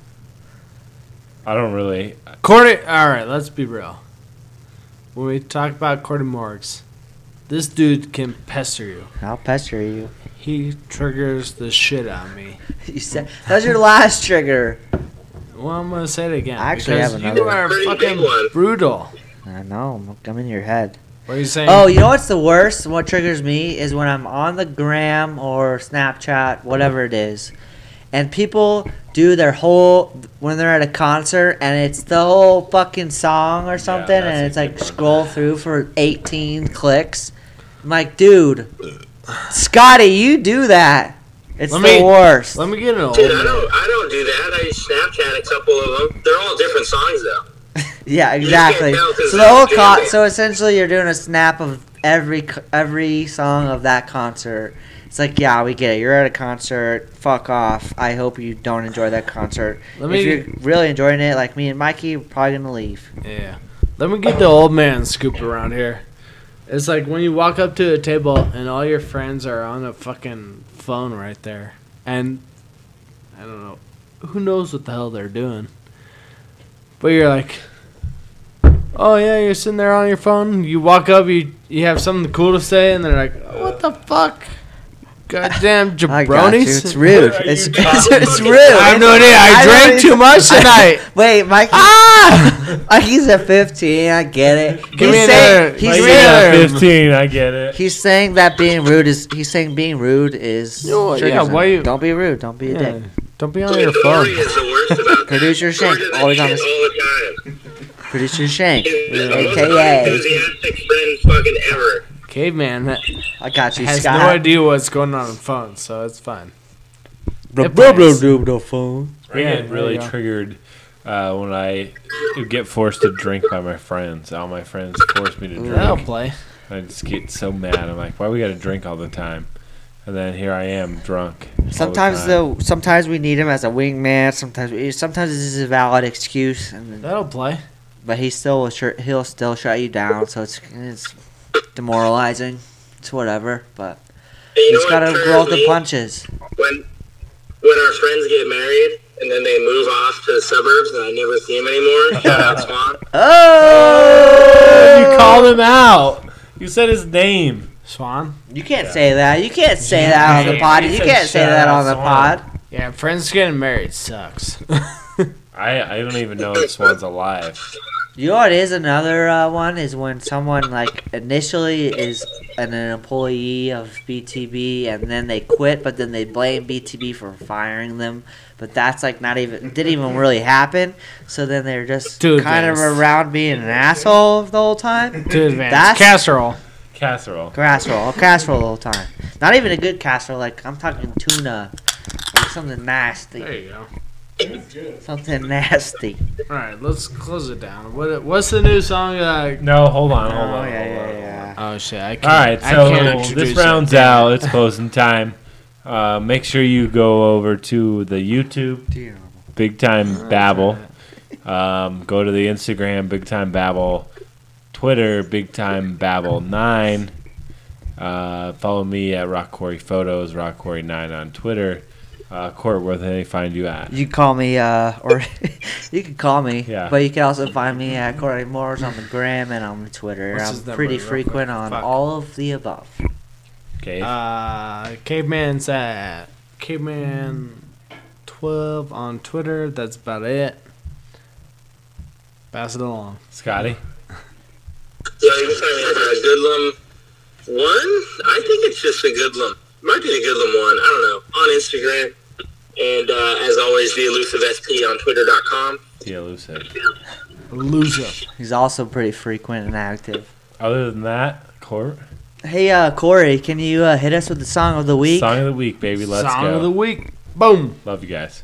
A: I don't really.
C: Cordy. All right, let's be real. When we talk about Cordy Morgs, this dude can pester you.
B: I'll pester you.
C: He triggers the shit out of me.
B: You said that was your last trigger.
C: Well, I'm gonna say it again.
B: I actually
C: because
B: have
C: You
B: another one.
C: are
D: Pretty big
C: fucking
D: one.
C: brutal.
B: I know. I'm- I'm in your head.
C: What are you saying?
B: Oh, you know what's the worst? What triggers me is when I'm on the gram or Snapchat, whatever it is, and people do their whole when they're at a concert and it's the whole fucking song or something,
A: that's
B: and
A: a
B: it's
A: good
B: like
A: one.
B: scroll through for 18 clicks. I'm like, dude, Scotty, you do that. It's
C: Let
B: the
C: me-
B: worst.
C: Let me get an old.
D: Dude, I don't, I don't do that. I Snapchat a couple of them. They're all different songs, though.
B: Yeah,
D: just can't
B: exactly.
D: tell 'cause
B: So the
D: they're
B: whole
D: doing
B: con-
D: it.
B: so essentially you're doing a snap of every c- every song of that concert. It's like, yeah, we get it. You're at a concert. Fuck off. I hope you don't enjoy that concert. if
C: Let me-
B: you're really enjoying it, like me and Mikey, we're probably gonna leave.
C: Yeah. Let me get the old man scoop around here. It's like when you walk up to a table and all your friends are on a fucking phone right there, and I don't know, who knows what the hell they're doing. But you're like, oh yeah, you're sitting there on your phone. You walk up, you you have something cool to say, and they're like, what the fuck, goddamn
B: I got you.
C: jabronis.
B: It's rude.
A: What are
B: It's
A: you
B: it's,
A: talking
B: it's
A: about?
B: rude.
C: I have no idea. I,
B: I don't
C: drank
B: even-
C: too much tonight.
B: Wait, Mikey.
C: ah!
B: Mikey's at 15. I get it.
C: Give me
B: he's saying,
C: another-
B: he's
C: Mikey,
B: saying-
C: another- Yeah.
A: Fifteen, I get it.
B: He's saying that being rude is. He's saying being rude is.
C: No, yeah,
B: triggers him.
C: why you-
B: Don't be rude. Don't be a dick.
C: Don't be on your
D: Dude,
C: phone.
D: Dory is the worst about that.
B: Producer Shank,
D: Dory does that
B: always on
D: shit
B: his-
D: all the time.
B: Producer Shank,
D: He's the most
B: aka.
D: enthusiastic friend fucking ever.
C: Caveman ha-
B: I got you,
C: has no
B: Scott.
C: idea what's going on on the phone, so it's fine.
B: Blah,
C: It
B: blah,
C: plays.
B: blah, blah, phone.
A: I
C: Yeah,
A: get
C: there
A: really
C: you go.
A: triggered uh, when I get forced to drink by my friends. All my friends force me to drink.
C: That'll play.
A: I just get so mad. I'm like, why we got to drink all the time? And then here I am, drunk. all the
B: Sometimes
A: time.
B: though, sometimes we need him as a wingman. Sometimes, we, sometimes this is a valid excuse, and
C: That'll play.
B: but he still will shir- he'll still shut you down. So it's it's demoralizing. It's whatever, but
D: And you
B: you
D: know
B: just
D: what
B: gotta
D: turns
B: roll with the
D: me?
B: punches.
D: when when our friends get married and then they move off to the suburbs and I never see them anymore. Shout out Swan.
B: Oh,
C: You called him out.
A: you said his name.
C: Swan.
B: You can't say that. You can't say
C: Yeah,
B: that on
C: hey,
B: the pod.
A: he
B: You
A: said
B: can't say
A: shout
B: that
A: out
B: on the
A: Swan.
B: pod.
C: Yeah, friends getting married sucks.
A: I, I don't even know if Swan's alive.
B: You know what is another uh, one is when someone like initially is an, an employee of BTB and then they quit, but then they blame BTB for firing them. But that's like not even didn't even really happen. So then they're just
C: Dude,
B: kind of
C: yes.
B: around being an asshole the whole time.
C: Too advanced.
B: That's-
C: Casserole.
A: Casserole.
B: Casserole, a casserole the whole time. Not even a good casserole. Like I'm talking tuna, like something nasty,
C: you go.
E: It's good.
B: something nasty.
C: All right, let's close it down. What What's the new song? Uh,
A: No, hold on, hold
B: Oh,
A: on.
B: yeah,
A: hold on.
B: yeah, yeah.
C: oh shit, I can't.
A: All right,
C: I can't
A: so
C: introduce
A: this
C: it.
A: rounds out. It's closing time. Uh, make sure you go over to the YouTube
B: Damn.
A: Big Time Babble. Um, go to the Instagram Big Time Babble, Twitter Big Time Babble Nine. Uh, follow me at Rock Quarry Photos, Rock Quarry Nine on Twitter. Uh, Court, where they find you at?
B: You can call me, uh, or you can call me,
A: Yeah.
B: but you can also find me at Corey Morris on the gram and on Twitter.
C: What's his
B: I'm
C: number
B: pretty
C: real
B: frequent
C: quick?
B: on
C: Fuck.
B: all of the above.
A: Okay.
C: Uh, caveman's at caveman twelve on Twitter. That's about it. Pass it along.
A: Scotty.
D: So you can find me at a Goodlum one. I think it's just a Goodlum. Might be the Goodlum one. I don't know. On Instagram. And uh, as always, the elusive SP on twitter.com.
A: The elusive.
C: Loser.
B: He's also pretty frequent and active.
A: Other than that, Court.
B: Hey, uh, Corey, can you uh, hit us with the song of the week?
A: Song of the week, baby. Let's
C: song
A: go.
C: of the week. Boom.
A: Love you guys.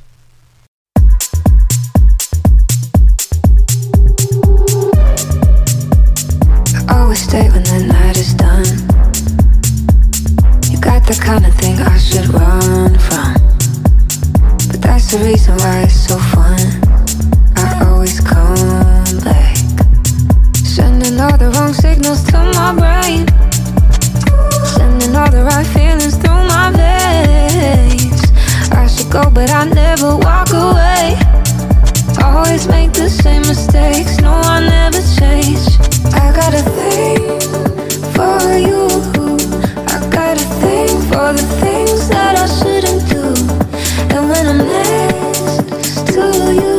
F: I always stay when the night is done. You got the kind of thing I should run from. But that's the reason why it's so fun. I always come back. Sending all the wrong signals to my brain. Sending all the right feelings through my veins. I should go, but I never walk away. Always make the same mistakes. No, I never change. I got a thing for you. I got a thing for the things that I shouldn't do. And when I'm next to you,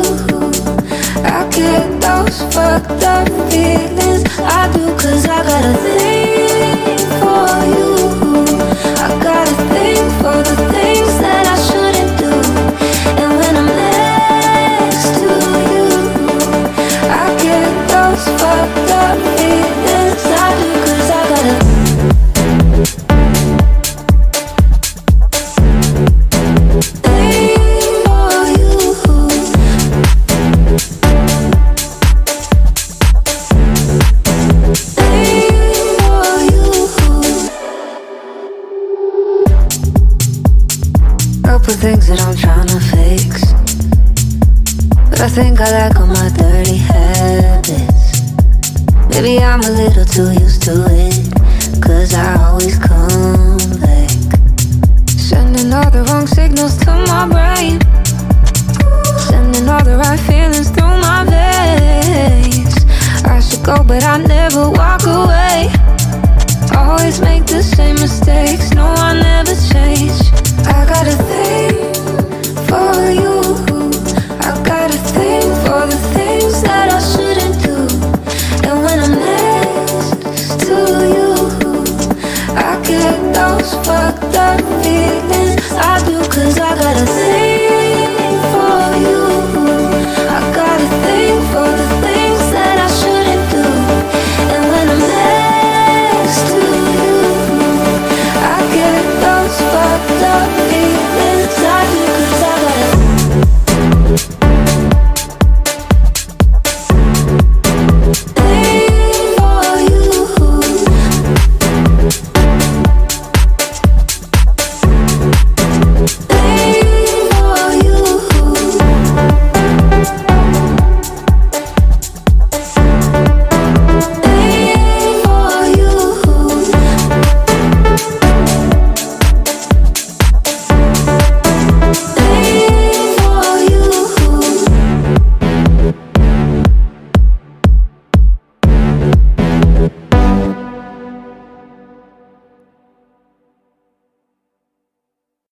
F: I get those fucked up feelings. I do, cause I got a thing for you. I got a thing for the things that I shouldn't do. And when I'm next to you, I get those fucked up feelings. I do, cause I got a thing for you. Couple things that I'm tryna fix. But I think I like all my dirty habits. Maybe I'm a little too used to it. cause I always come back. Sending all the wrong signals to my brain. Sending all the right feelings through my veins. I should go, but I never walk away. Always make the same mistakes. No, I never change. I got a thing for you. I got a thing for the things that I shouldn't do. And when I'm next to you, I get those fucked up feelings. I do, cause I got a thing for you. I got a thing for the things that I shouldn't do. And when I'm next to you, I get those fucked up